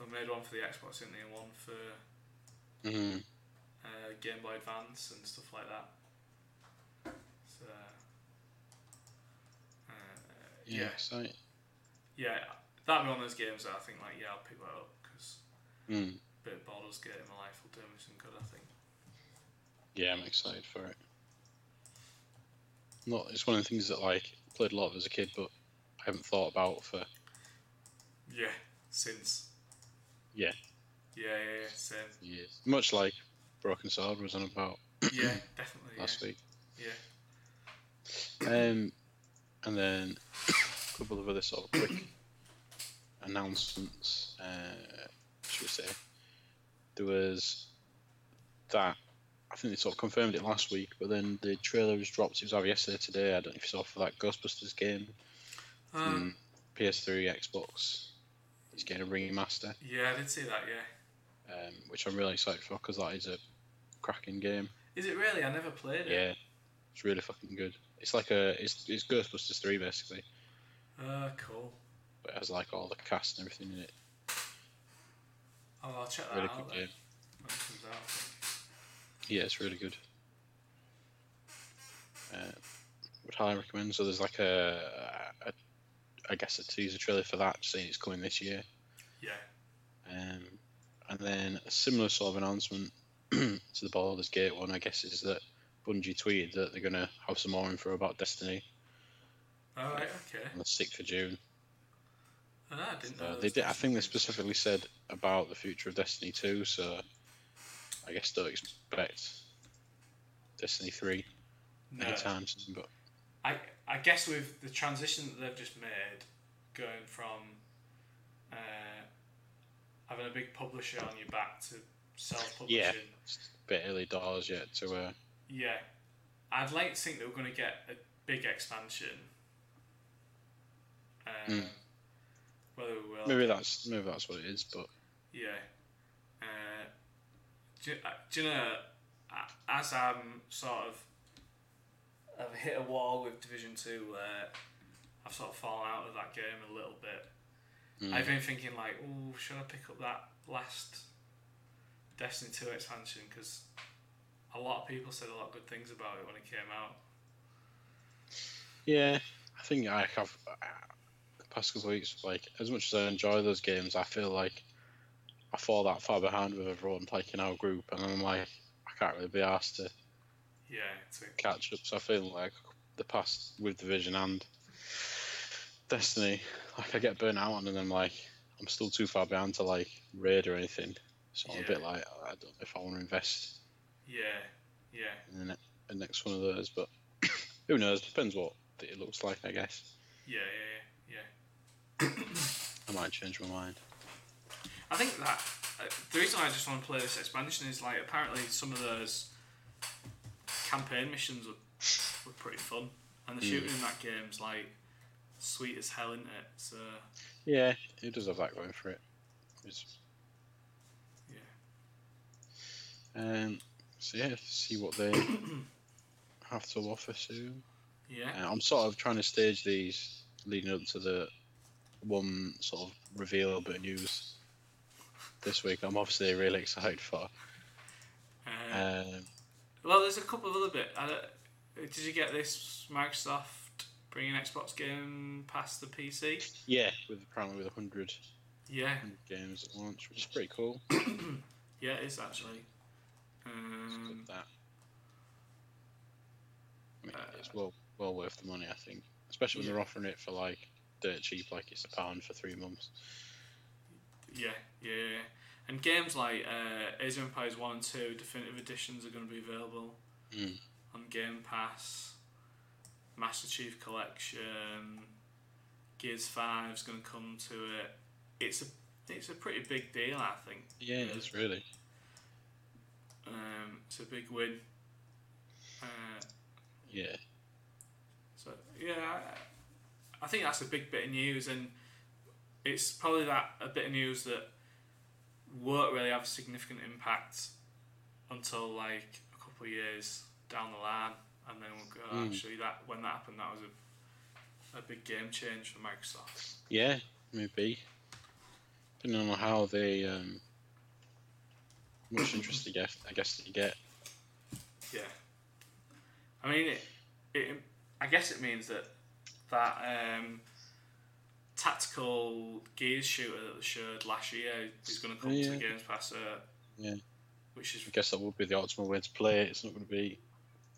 they made one for the Xbox, didn't they, and one for Mm-hmm.
Mm.
uh, Game Boy Advance and stuff like that. So uh,
Yeah.
yeah,
So,
yeah, that'd be one of those games that I think like yeah I'll pick that up because
mm.
a bit of Baldur's Gate in my life will do me some good I think.
Yeah, I'm excited for it. Not, it's one of the things that like played a lot as a kid, but I haven't thought about for
Yeah, since.
Yeah.
Yeah, yeah, yeah, same.
years. Much like Broken Sword was on about
Yeah, definitely.
last week.
yeah. yeah.
Um, and then a couple of other sort of quick announcements, uh, should we say. There was that, I think they sort of confirmed it last week, but then the trailer was dropped. It was out yesterday, today. I don't know if you saw for that Ghostbusters game,
Um,
um, PS3, Xbox. It's getting a remaster,
Yeah, I did see that, yeah.
um, which I'm really excited for because that is a cracking game.
Is it really? I never played it.
Yeah, it's really fucking good. It's like a, it's, it's Ghostbusters 3 basically.
Uh, cool.
but it has like all the cast and everything in it.
Oh, I'll check that
Really
out
good
then.
game.
When it comes out.
Yeah, it's really good. Uh, would highly recommend. So there's like a, a, I guess a teaser trailer for that, saying it's coming this year.
Yeah.
Um, and then a similar sort of announcement to the Baldur's Gate one, I guess, is that Bungie tweeted that they're gonna have some more info about Destiny
Alright, okay.
on the sixth of June.
Ah, I didn't know.
Uh,
those
they did. I
types of
think they
things.
specifically said about the future of Destiny 2, so I guess don't expect Destiny 3
No.
anytime soon. But
I, I guess with the transition that they've just made, going from uh, having a big publisher on your back to self publishing.
Yeah. it's a bit early doors yet to. Uh,
Yeah. I'd like to think that we're going to get a big expansion. Um,
Mm.
Whether we will.
maybe that's maybe that's what it is. But
Yeah. Uh, do, uh, do you know, a- as I'm sort of. I've hit a wall with Division 2 where I've sort of fallen out of that game a little bit.
mm,
I've been thinking like, oh, should I pick up that last Destiny Two expansion? Because a lot of people said a lot of good things about it when it came out.
yeah, I think I have the past couple of weeks. Like as much as I enjoy those games, I feel like I fall that far behind with everyone like in our group, and I'm like I can't really be asked to
Yeah, it's a-
catch up. So I feel like the past with Division and Destiny, like I get burnt out on, and I'm like, I'm still too far behind to like raid or anything. So I'm
Yeah.
a bit like, "Oh, I don't know if I want to invest
yeah, yeah,
in the, ne- the next one of those, but who knows? Depends what it looks like, I guess.
yeah, yeah, yeah. yeah.
I might change my mind.
I think that uh, the reason I just want to play this expansion is like apparently some of those campaign missions were, were pretty fun, and the
Mm.
shooting in that game's like sweet as hell, isn't it? So
Yeah, it does have that going for it. It's-
yeah,
um, so yeah, see what they have to offer soon.
yeah,
Uh, I'm sort of trying to stage these leading up to the one sort of reveal bit of news this week. I'm obviously really excited for.
Uh,
Um,
Well, there's a couple of other bit. I don't- did you get this Microsoft bringing Xbox game past the PC?
yeah, with apparently with 100
Yeah,
100 games at launch, which is pretty cool.
yeah, it is actually.
It's good
Um,
that. I mean, it's well well worth the money, I think. Especially when
Yeah.
they're offering it for like dirt cheap, like it's a pound for three months.
yeah, yeah, yeah. And games like uh, Age of Empires One and Two definitive editions are going to be available
Mm.
on Game Pass. Master Chief Collection, Gears Five is going to come to it. It's a it's a pretty big deal, I think.
Yeah, it is really.
Um, it's a big win. Uh,
Yeah,
So yeah, I- I think that's a big bit of news, and it's probably that a bit of news that won't really have a significant impact until like a couple of years down the line, and then we'll go.
Mm.
Actually, that when that happened, that was a a big game change for Microsoft.
Yeah, maybe. Depending on how they, um, much interest they get, I guess they get.
Yeah, I mean, it, it I guess it means that that um, tactical gears shooter that they showed last year is going to come to
Yeah.
the Games Pass. Uh,
Yeah.
Which is
I guess that would be the optimal way to play it. It's not going to be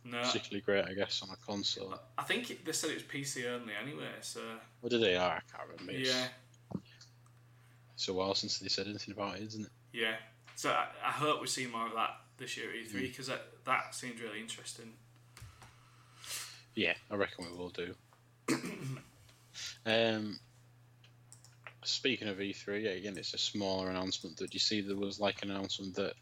no.
particularly great, I guess, on a console.
I think it, they said it was PC only anyway. So
What did they are? I can't remember. It's,
yeah,
it's a while since they said anything about it, isn't it?
yeah. So I, I hope we see more of that this year at E3
Mm.
because that, that seems really interesting.
Yeah, I reckon we will do. um, speaking of E3, yeah, again, it's a smaller announcement. Did you see there was like an announcement that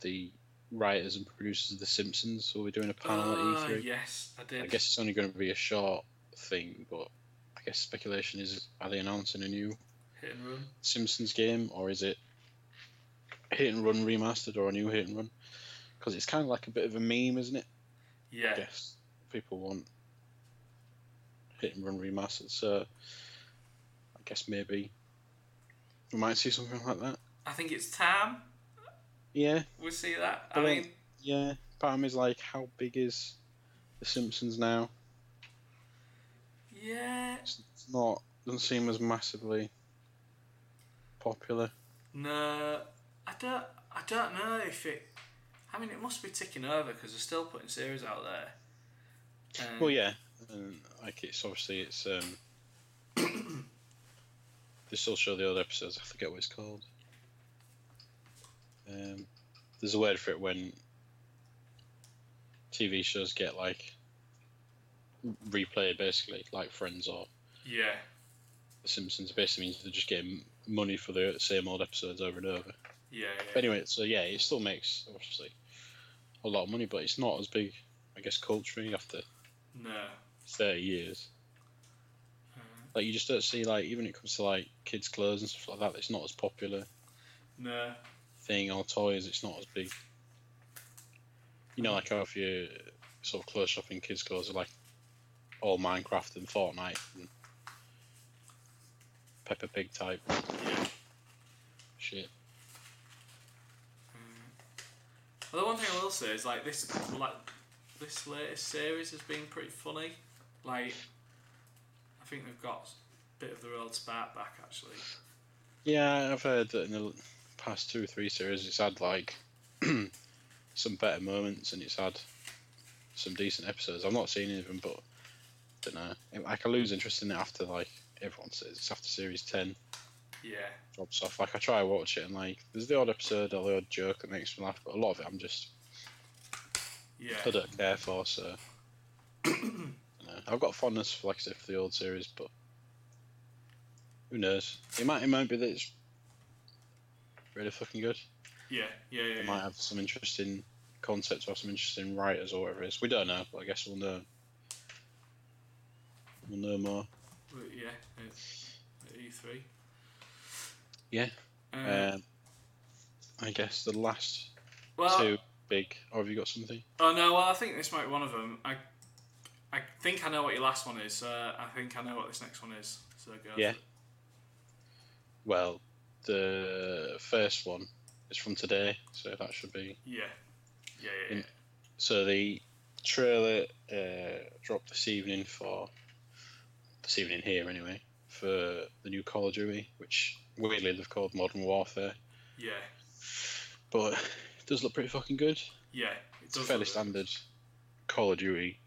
the writers and producers of The Simpsons will be doing a panel
Ah,
at E E3?
yes, I did.
I guess it's only going to be a short thing, but I guess speculation is are they announcing a new
hit and run.
Simpsons game or is it Hit and Run remastered or a new Hit and Run? Because it's kind of like a bit of a meme, isn't it?
Yeah,
I guess people want Hit and Run remastered, so I guess maybe we might see something like that.
I think it's time
Yeah,
we see that. I
Well,
mean,
yeah. Part of me is like, how big is The Simpsons now?
yeah,
It's it's not doesn't seem as massively popular.
no, I don't. I don't know if it. I mean, it must be ticking over because they're still putting series out there. Um,
Well, yeah, and like it's obviously it's um, they still show the old episodes. I forget what it's called. Um, there's a word for it when TV shows get like replayed, basically, like Friends or
yeah,
The Simpsons. Basically, means they just get money for the same old episodes over and over.
yeah,
But
yeah.
anyway, so yeah, it still makes obviously a lot of money, but it's not as big, I guess, culturally after
no.
thirty years.
Uh,
Like you just don't see like even when it comes to like kids' clothes and stuff like that, it's not as popular
No.
thing or toys. It's not as big. You know, like how if you sort of clothes shopping, kids' clothes are like all Minecraft and Fortnite and Peppa Pig type
Yeah.
shit.
Well, the one thing I will say is like this, like this latest series has been pretty funny. Like, I think they've got a bit of their old spark back actually.
Yeah, I've heard that in the l- past two or three series, it's had like some better moments and it's had some decent episodes. I've not seen any of them, but don't know. Like I lose interest in it after like everyone says it's after series ten
Yeah,
drops off. Like I try to watch it and like there's the odd episode or the odd joke that makes me laugh, but a lot of it I'm just I
yeah,
don't care for. So dunno. I've got fondness for like I said for the old series, but who knows? It might it might be that it's really fucking good.
yeah, yeah, yeah.
It
yeah.
might have some interesting concepts or some interesting writers or whatever it is. We don't know, but I guess we'll know. We'll know more.
Well, yeah. at- at E three.
Yeah.
Um,
Um, I guess the last
well,
two big. Or have you got something?
oh no. Well, I think this might be one of them. I, I think I know what your last one is. Uh, I think I know what this next one is. So go. for
Yeah.
it.
Well, the first one is from today, so that should be.
Yeah. Yeah. Yeah. yeah.
In- So the trailer uh, dropped this evening for. This evening here, anyway, for the new Call of Duty, which weirdly they've called Modern Warfare.
yeah.
but it does look pretty fucking good.
Yeah. It
It's a
does
fairly
look-
standard Call of Duty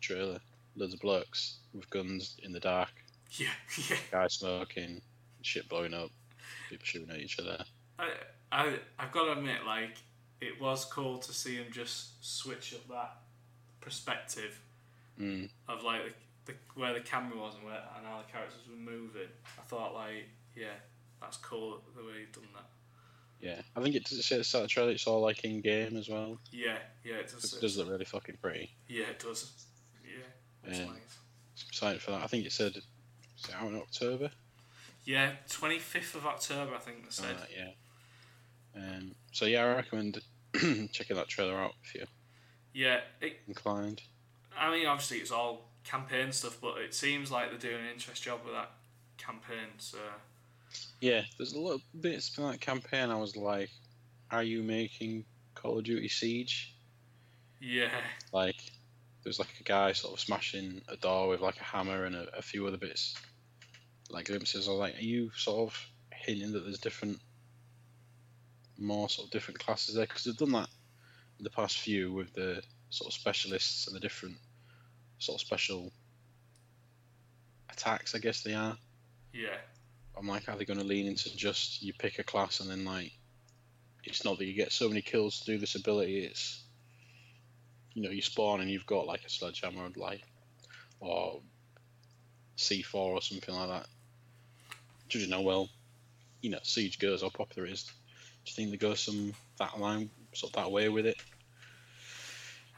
trailer. Loads of blokes with guns in the dark,
Yeah. Yeah.
guys smoking, shit blowing up, people shooting at each other.
I, I, I've got to admit, like, it was cool to see him just switch up that perspective
Mm.
of like the, the, where the camera was and where and how the characters were moving. I thought, like, yeah, that's cool the way you've done that.
Yeah, I think it does it say at the start of the trailer. It's all like in game as well.
Yeah, yeah, it does.
It does look really fucking pretty.
Yeah, it does. Yeah, it's
Yeah.
nice.
excited for that. I think it said it's out in October.
Yeah, 25th of October, I think they said.
Uh, yeah. Um, so yeah, I recommend checking that trailer out if you're
yeah, it,
inclined.
I mean, obviously it's all campaign stuff, but it seems like they're doing an interest job with that campaign. So
Yeah, there's a lot of bits from that campaign. I was like, are you making Call of Duty Siege?
yeah,
Like, there's like a guy sort of smashing a door with like a hammer and a, a few other bits, like glimpses. I was like, are you sort of hinting that there's different, more sort of different classes there? Because they've done that in the past few with the sort of specialists and the different sort of special attacks, I guess they are.
yeah,
I'm like, are they going to lean into just you pick a class and then like, it's not that you get so many kills to do this ability. It's, you know, you spawn and you've got like a sledgehammer and like, or C4 or something like that. Do you know? Well, you know, siege goes how popular it is. Do you think they go some that line sort of that way with it?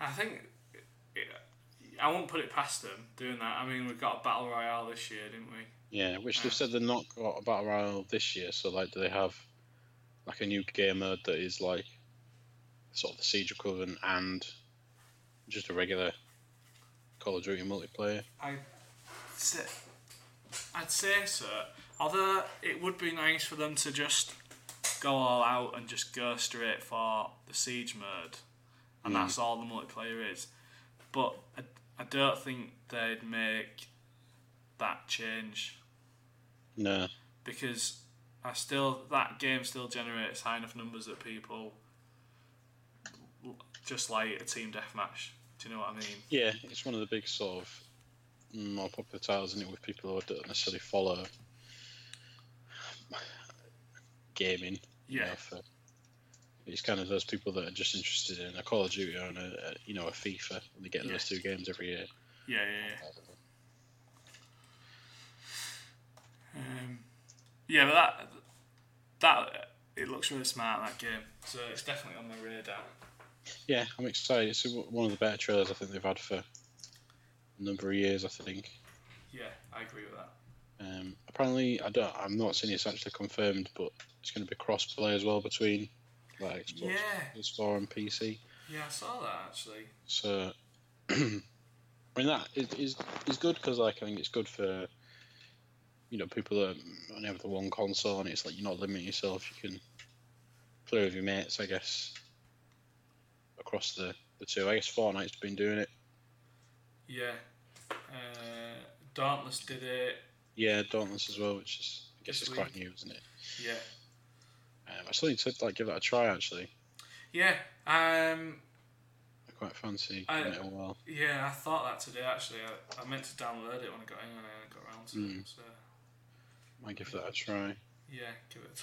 I think it, I won't put it past them doing that. I mean, we got a battle royale this year, didn't we?
Yeah, which they've said they're not got a battle royale this year. So like, do they have like a new game mode that is like sort of the siege equivalent and just a regular Call of Duty multiplayer?
I, say, I'd say so. Although it would be nice for them to just go all out and just go straight for the siege mode, and that's all the multiplayer is. But I, I don't think they'd make that change
No.
because I still that game still generates high enough numbers that people just like a team deathmatch. Do you know what I mean?
Yeah, it's one of the big sort of more popular titles, isn't it, with people who don't necessarily follow gaming. you know,
Yeah.
for- it's kind of those people that are just interested in a Call of Duty or in a, a you know a FIFA. And they get
Yeah.
those two games every year.
Yeah, yeah, yeah. Um, yeah, but that that it looks really smart that game, so it's definitely on my radar.
Yeah, I'm excited. It's w- one of the better trailers I think they've had for a number of years. I think.
Yeah, I agree with that.
Um, apparently, I don't. I'm not seeing it's actually confirmed, but it's going to be cross-play as well between like Xbox,
Yeah.
PS4, and PC.
Yeah, I saw that actually.
So, I mean, that is is, is good because like I think it's good for you know people that only have the one console, and it's like you're not limiting yourself. You can play with your mates, I guess, across the the two. I guess Fortnite's been doing it.
Yeah, uh, Dauntless did it.
Yeah, Dauntless as well, which is I guess
This
it's
week.
quite new, isn't it?
Yeah,
Um, I still need to like give that a try. Actually,
yeah. Um,
I quite fancy
I-
giving it a while.
Yeah, I thought that today actually. I, I meant to download it when I got in and I never got around to
Hmm.
it. So,
Might give that a try.
yeah, give it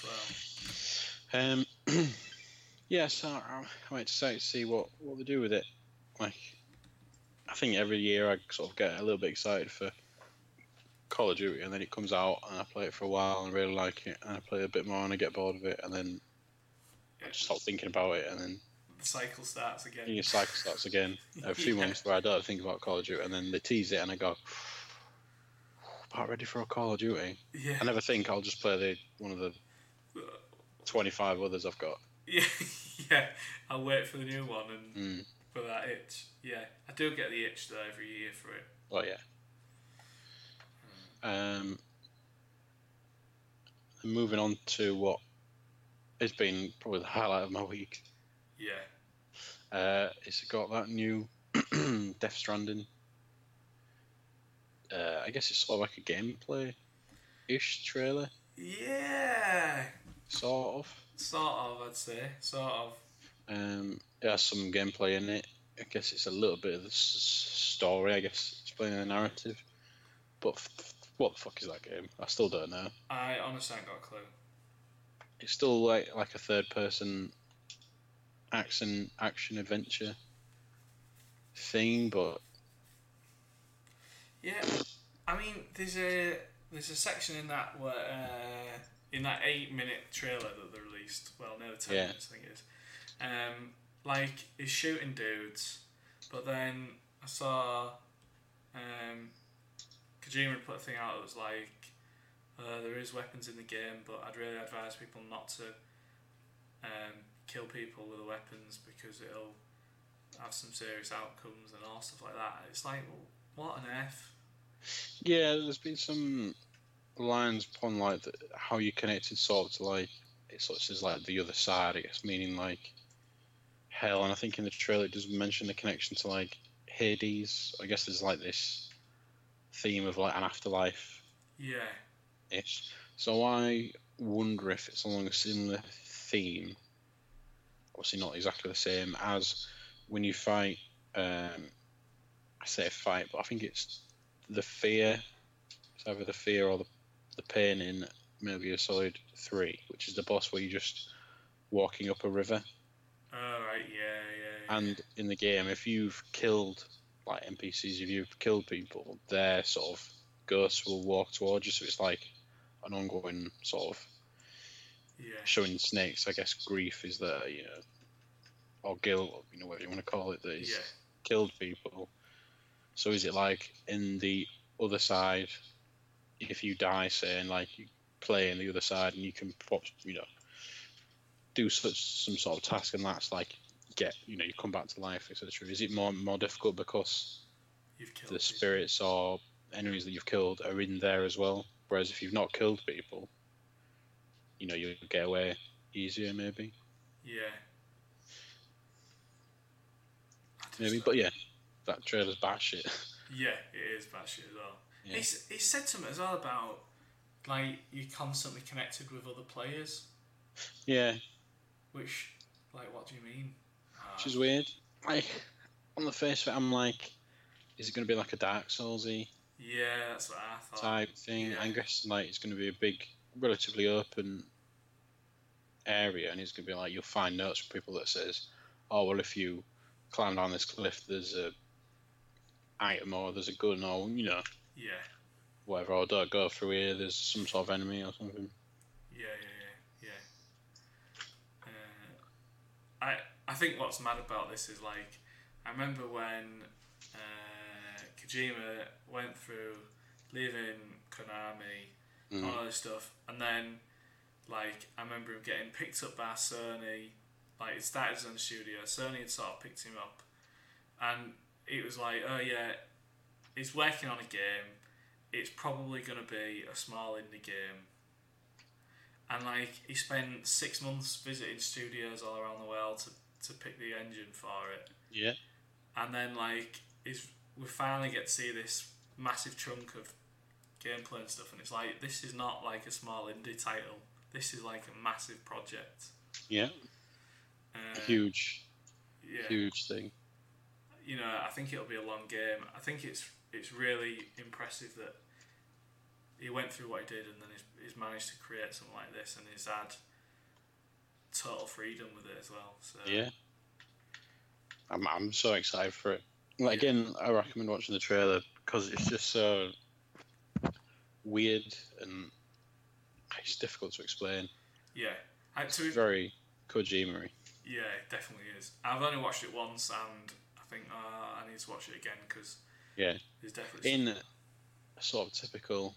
a twirl.
Um, yeah, so I'm, I'm excited to see what what they do with it. Like, I think every year I sort of get a little bit excited for Call of Duty, and then it comes out, and I play it for a while, and I really like it, and I play a bit more, and I get bored of it, and then I just stop thinking about it, and then
The cycle starts again.
your cycle starts again. A few
Yeah.
months where I don't think about Call of Duty, and then they tease it, and I go, "About ready for a Call of Duty."
Yeah.
I never think I'll just play the one of the twenty-five others I've got.
yeah, yeah. I'll wait for the new one and
Mm.
for that itch. Yeah, I do get the itch though every year for it.
Oh yeah. Um, and moving on to what has been probably the highlight of my week.
Yeah.
Uh, it's got that new Death Stranding. Uh, I guess it's sort of like a gameplay ish trailer,
Yeah.
sort of.
Sort of, I'd say. Sort of.
Um, it has some gameplay in it. I guess it's a little bit of the s- story. I guess explaining the narrative. But f- f- what the fuck is that game? I still don't know.
I honestly ain't got a clue.
It's still like like a third person action action adventure thing, but
Yeah, I mean, there's a there's a section in that where uh, in that eight minute trailer that they released. Well, no, ten
Yeah.
minutes I think it is. Um, like he's shooting dudes, but then I saw um, Kojima had put a thing out that was like, uh, there is weapons in the game, but I'd really advise people not to um, kill people with the weapons because it'll have some serious outcomes and all stuff like that. It's like, what on earth?
Yeah, there's been some lines upon like the, how you connected sort of to like it sort of says like the other side, I guess, meaning like hell. And I think in the trailer it does mention the connection to like Hades. I guess there's like this theme of like an afterlife
Yeah,
ish. So I wonder if it's along a similar theme. Obviously, not exactly the same as when you fight. Um, I say fight, but I think it's the fear. It's either the fear or the, the pain in Metal Gear Solid Three, which is the boss where you're just walking up a river.
Alright, yeah, yeah.
And in the game, if you've killed like NPCs, if you've killed people, their sort of ghosts will walk towards you. So it's like an ongoing sort of
yeah.
showing snakes. I guess grief is that you know, or guilt, or, you know, whatever you want to call it. That he's
Yeah.
killed people. So is it like in the other side? If you die, saying like you play in the other side, and you can pop, you know, do such some sort of task, and that's like get, you know, you come back to life, etc. Is it more more difficult because
You've killed
the
people.
spirits or enemies that you've killed are in there as well. Whereas if you've not killed people, you know you'll get away easier, maybe,
Yeah. I just-
maybe. But yeah, that trailer's bad shit.
Yeah, it is batshit as well.
Yeah.
It's it's said something as well about like you constantly connected with other players,
yeah,
which like what do you mean? Ah,
which is weird. Like on the face of it, I'm like, is it going to be like a Dark Soulsy
yeah, that's what I thought.
type thing?
yeah.
I'm guessing like it's going to be a big, relatively open area, and it's going to be like you'll find notes from people that says, "Oh well, if you climb down this cliff, there's a item or there's a gun or you know."
Yeah,
whatever, or don't go through here, there's some sort of enemy or something.
yeah, yeah, yeah. yeah. Uh, I I think what's mad about this is like I remember when uh, Kojima went through leaving Konami all this stuff. And then, like, I remember him getting picked up by Sony. Like, it started his own studio. Sony had sort of picked him up. And it was like, oh, yeah, he's working on a game. It's probably going to be a small indie game. And, like, he spent six months visiting studios all around the world to, to pick the engine for it
Yeah.
and then like is we finally get to see this massive chunk of gameplay and stuff and it's like this is not like a small indie title this is like a massive project
Yeah.
uh,
Huge,
yeah
huge thing.
you know i think it'll be a long game i think it's it's really impressive that he went through what he did and then he's, he's managed to create something like this and he's had total freedom with it as well so
Yeah. I'm, I'm so excited for it. Like, again, I recommend watching the trailer because it's just so weird and it's difficult to explain.
yeah and
It's
to be
very Kojima
Yeah, it definitely is. I've only watched it once, and I think uh, I need to watch it again because
Yeah.
there's definitely
In a sort of typical,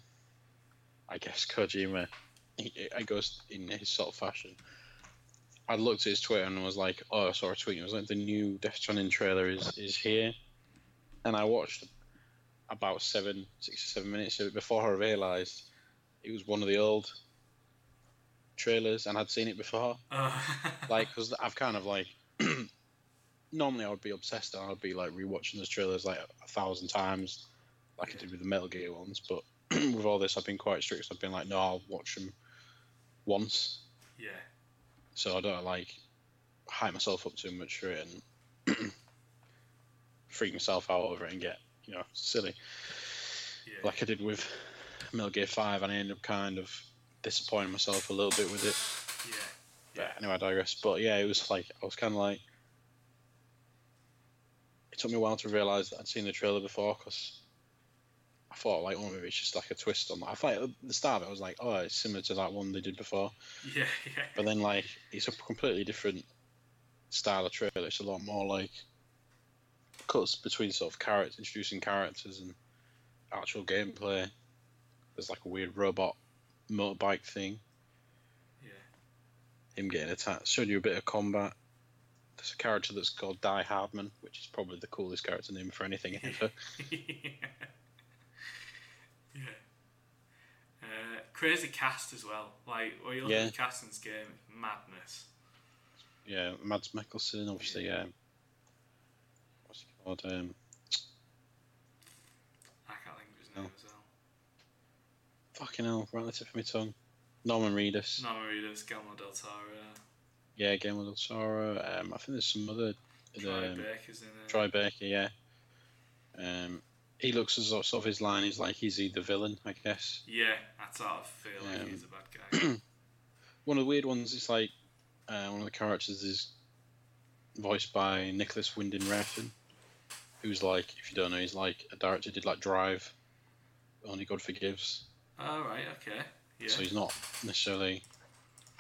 I guess, Kojima, he- I goes in his sort of fashion. I looked at his Twitter and was like, oh, I saw a tweet. and It was like, the new Death Stranding trailer is, is here. And I watched about seven, six or seven minutes of it before I realised it was one of the old trailers and I'd seen it before
Uh,
like because I've kind of like normally I would be obsessed and I'd be like rewatching those trailers like a thousand times, like I did with the Metal Gear ones. But with all this, I've been quite strict. I've been like, no, I'll watch them once,
yeah,
so I don't like hype myself up too much for it and freak myself out over it and get you know silly
yeah,
like I did with Metal Gear Five, and I ended up kind of disappointing myself a little bit with it.
yeah,
But anyway, I digress. But yeah, it was like I was kind of like. It took me a while to realise that I'd seen the trailer before because I thought like, oh, maybe it's just like a twist on that. I thought at the start of it I was like, oh, it's similar to that one they did before,
yeah, yeah,
but then like it's a completely different style of trailer. It's a lot more like cuts between sort of characters, introducing characters and actual gameplay. There's like a weird robot motorbike thing.
Yeah.
Him getting attacked. Showed you a bit of combat. There's a character that's called Die Hardman, which is probably the coolest character name for anything ever.
yeah. Uh, crazy cast as well. Like when you look
Yeah.
at the cast in this game, madness.
yeah, Mads Mikkelsen, obviously. Um, what's he called? Um,
I can't think of his
No.
name as well.
fucking hell, right on the tip of my tongue. Norman Reedus.
No, Maridos, Guillermo del Toro,
Yeah, Guillermo del Toro. Um, I think there's some other.
Troy
um,
Baker's in it.
Troy Baker, yeah. Um, he looks as though sort of his line is like, is he the villain? I guess.
Yeah, I sort of feel like
Um,
he's a bad guy.
One of the weird ones is like, uh, one of the characters is voiced by Nicholas Winding Refn, who's like, if you don't know, he's like a director did like Drive, Only God Forgives.
All right, okay. Yeah.
So he's not necessarily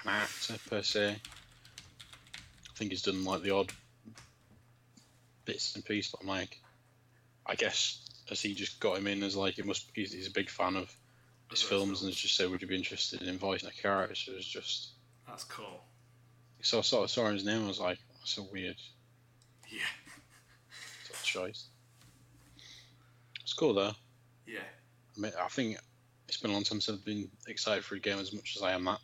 an actor per se. I think he's done like the odd bits and pieces. But I'm like, I guess as he just got him in as like it must. He's, he's a big fan of his
Other
films and
films.
just said, would you be interested in voicing a character? So it's just
That's cool.
so I sort of saw his name. and I was like, that's a weird
Yeah.
sort of choice. It's cool though.
Yeah.
I, mean, I think it's been a long time since I've been excited for a game as much as I am that.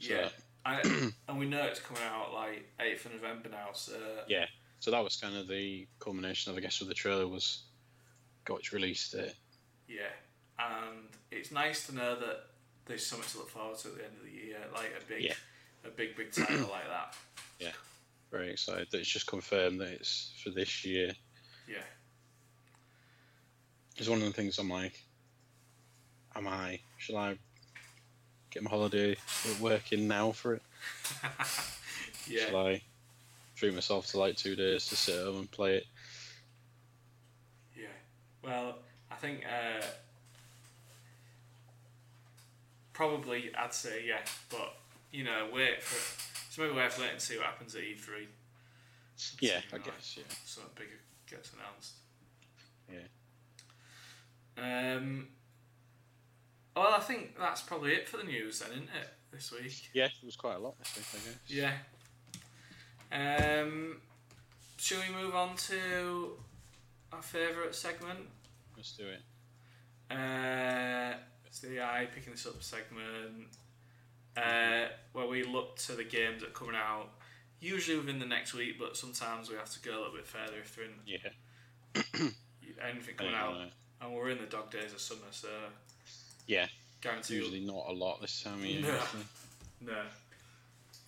So-
Yeah. I, and we know it's coming out like 8th of November now, so
So that was kind of the culmination of, I guess, with the trailer was got eh? its release date.
yeah. And it's nice to know that there's something to look forward to at the end of the year, like a big,
Yeah.
a big, big title like that.
Very excited that it's just confirmed that it's for this year.
Yeah.
It's one of the things I'm like, am I? Shall I get my holiday at work in now for it?
yeah.
Shall I treat myself to like two days to sit at home and play it?
Yeah. Well, I think uh, probably I'd say yeah, but you know, wait for so maybe we have to wait and see what happens at E three.
Yeah, I guess. Yeah.
something bigger gets announced.
Yeah.
Um. Well, I think that's probably it for the news then, isn't it? This week.
Yeah, it was quite a lot this week, I guess.
Yeah. Um. Shall we move on to our favourite segment?
Let's do it.
Uh, it's the AI picking this up segment uh, where we look to the games that are coming out, usually within the next week, but sometimes we have to go a little bit further if they're in
Yeah. uh,
anything coming
Anything
out.
like that.
And we're in the dog days of summer, so
Yeah. It's
guarantee
usually not a lot this time of year.
No.
actually.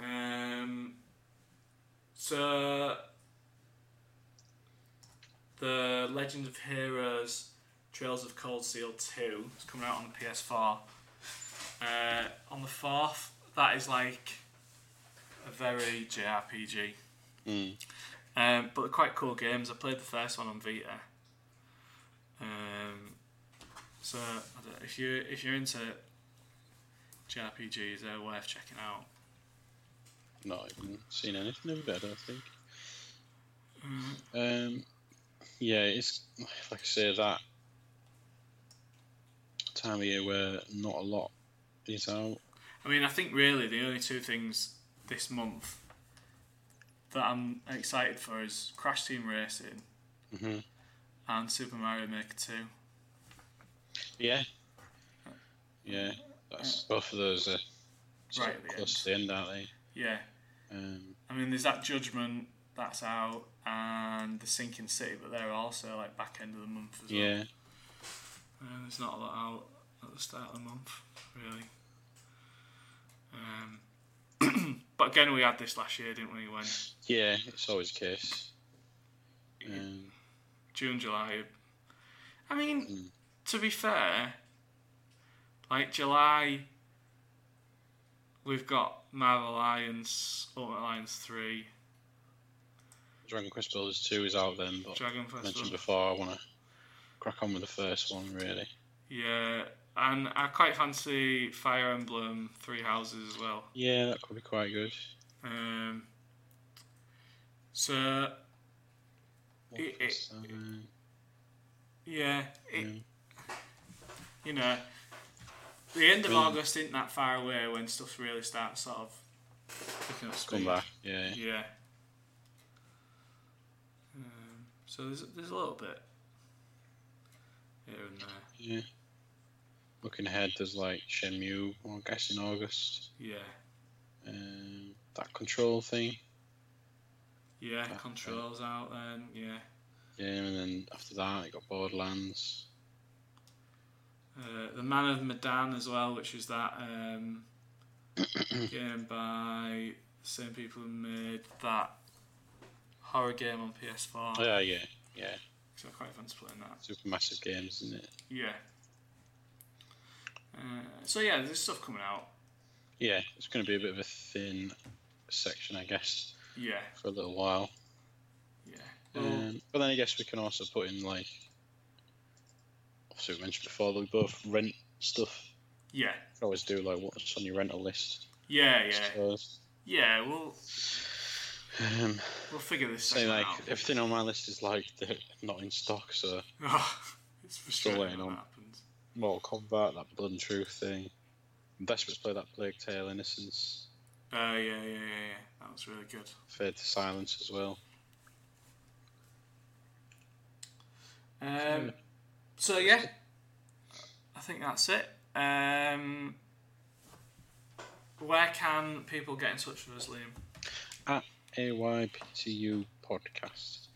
no. Um, so the Legend of Heroes Trails of Cold Steel 2 is coming out on the PS4 uh, on the 4th. That is like a very JRPG.
Mm.
Um, but they're quite cool games. I played the first one on Vita. Um, so I don't- if you if you're into JRPGs, they're worth checking out.
not even seen anything of it, I don't think.
Mm.
Um, yeah, it's like I say, that time of year where not a lot is out.
I mean, I think really the only two things this month that I'm excited for is Crash Team Racing
Mm-hmm.
and Super Mario Maker 2.
Yeah, yeah,
Mm.
that's both of those are sort
Right at
of
the
close to the end, aren't they?
Yeah,
Um,
I mean, there's that Judgment that's out and the Sinking City, but they're also like back end of the month as well.
yeah,
Uh, there's not a lot out at the start of the month, really. Um, but again, we had this last year, didn't we? When
yeah, it's always a case. Um,
June, July. I mean,
Mm.
to be fair, like July, we've got Marvel Alliance, Ultimate Alliance 3,
Dragon Quest Builders 2 is out then, but
Dragon
I
Quest.
Oh, mentioned
Builder-
before, I want to crack on with the first one, really.
Yeah, and I quite fancy Fire Emblem Three Houses as well.
Yeah, that could be quite good.
Um, so It- it-
Wolfenstein,
Yeah, it,
Mm, yeah. Hmm.
you know, the end of August isn't that far away when stuff really starts sort of picking up
Come
speed.
back. Yeah. yeah.
Yeah. Um, so there's there's a little bit here and there.
yeah. Looking ahead, there's like Shenmue, well, I guess in August.
Yeah.
Um, that control thing.
Yeah,
That's
controls out then. Yeah.
Yeah, and then after that, it got Borderlands.
Uh, the Man of Medan as well, which is that um,
Oh,
game by the same people who made that horror game on PS4.
Oh, yeah, yeah, yeah.
So I quite fancy playing that.
Super massive games, isn't it?
Yeah. Uh, so yeah, there's stuff coming out.
Yeah, it's going to be a bit of a thin section, I guess,
Yeah,
for a little while.
yeah.
Um, but then I guess we can also put in like, obviously we mentioned before that we both rent stuff.
yeah,
We can always do like what's on your rental list.
yeah,
I
yeah,
suppose.
yeah. We'll
Um,
we'll figure this
so
thing
like
out.
everything on my list is like they're not in stock. So
it's frustrating
waiting
when
on.
that happens.
Mortal Kombat, that Blood and Truth thing. I'm desperate to play that Plague Tale Innocence.
Uh, yeah, yeah, yeah, yeah. That was really good.
Fade to Silence as well.
Um, so yeah, I think that's it. Um, where can people get in touch with us, Liam?
At AYPTU Podcast.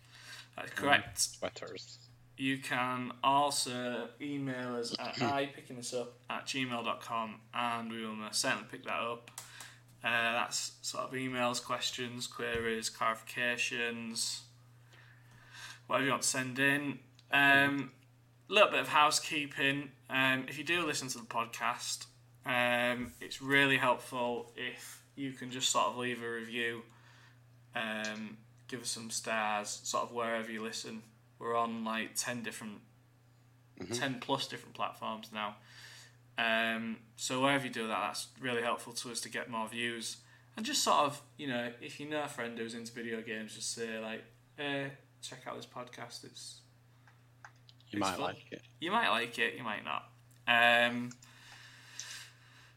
That's
Mm.
correct.
Sweaters.
You can also email us at ipickingthisup at gmail.com and we will most certainly pick that up. Uh, that's sort of emails, questions, queries, clarifications, whatever you want to send in. A um, little bit of housekeeping. Um, if you do listen to the podcast, um, it's really helpful if you can just sort of leave a review um, give us some stars, sort of wherever you listen. We're on like ten different, ten plus different platforms now. Um, so wherever you do that, that's really helpful to us to get more views. And just sort of, you know, if you know a friend who's into video games, just say like, eh, check out this podcast. It's
You
It's
might
fun.
like it.
you might like it, you might not. Um,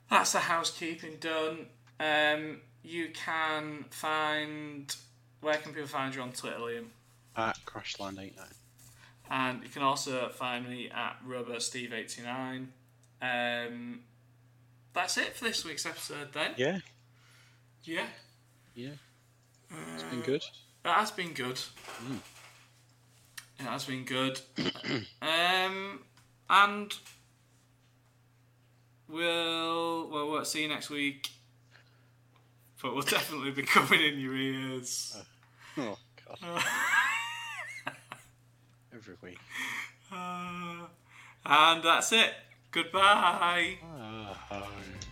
that's the housekeeping done. Um, you can find where can people find you on Twitter, Liam?
At Crashland89.
And you can also find me at RoboSteve89. Um, that's it for this week's episode, then.
Yeah,
Yeah,
yeah. It's been good.
that has been good. It has been good. um, and we'll well we'll see you next week. But we'll definitely be coming in your ears.
Oh, God. Every week.
Uh, and that's it. Goodbye.
Ah.